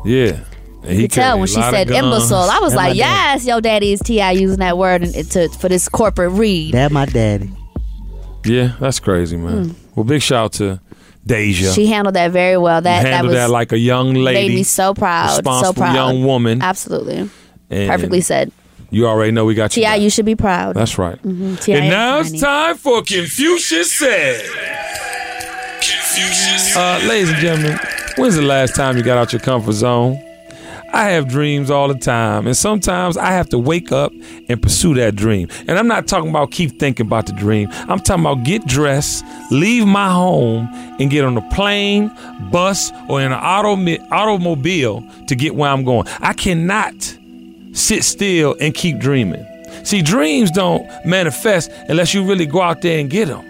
Speaker 6: And
Speaker 7: you could tell when she said imbecile. I was like, yes, your daddy is Ti using that word and it to, for this corporate read.
Speaker 2: That my daddy.
Speaker 6: Yeah, that's crazy, man.
Speaker 7: Mm.
Speaker 6: Well, big shout out to Deja.
Speaker 7: She handled that very well. That that
Speaker 6: handled
Speaker 7: was
Speaker 6: that like a young lady.
Speaker 7: made me so proud. So
Speaker 6: responsible
Speaker 7: proud.
Speaker 6: young woman.
Speaker 7: Absolutely.
Speaker 6: And
Speaker 7: Perfectly said.
Speaker 6: You already know we got you.
Speaker 7: Ti, you should be proud.
Speaker 6: That's right.
Speaker 7: hmm Ti,
Speaker 6: And now it's time for Confucius Said. Confucius Uh, ladies and gentlemen, when's the last time you got out your comfort zone? I have dreams all the time, and sometimes I have to wake up and pursue that dream. And I'm not talking about keep thinking about the dream. I'm talking about get dressed, leave my home, and get on a plane, bus, or in an automi- automobile to get where I'm going. I cannot sit still and keep dreaming. See, dreams don't manifest unless you really go out there and get them.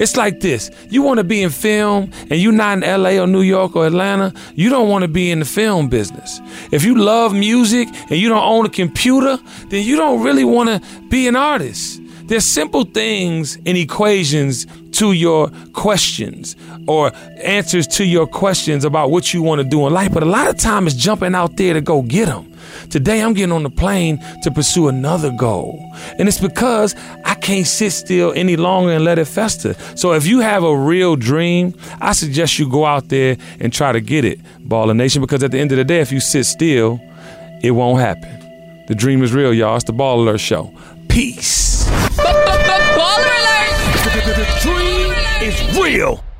Speaker 6: It's like this you want to be in film and you're not in LA or New York or Atlanta, you don't want to be in the film business. If you love music and you don't own a computer, then you don't really want to be an artist. There's simple things and equations to your questions or answers to your questions about what you want to do in life, but a lot of time it's jumping out there to go get them. Today I'm getting on the plane to pursue another goal. And it's because I can't sit still any longer and let it fester. So if you have a real dream, I suggest you go out there and try to get it, Baller Nation, because at the end of the day, if you sit still, it won't happen. The dream is real, y'all. It's the Ball Alert Show. Peace.
Speaker 5: Baller alert! Dream is
Speaker 6: real.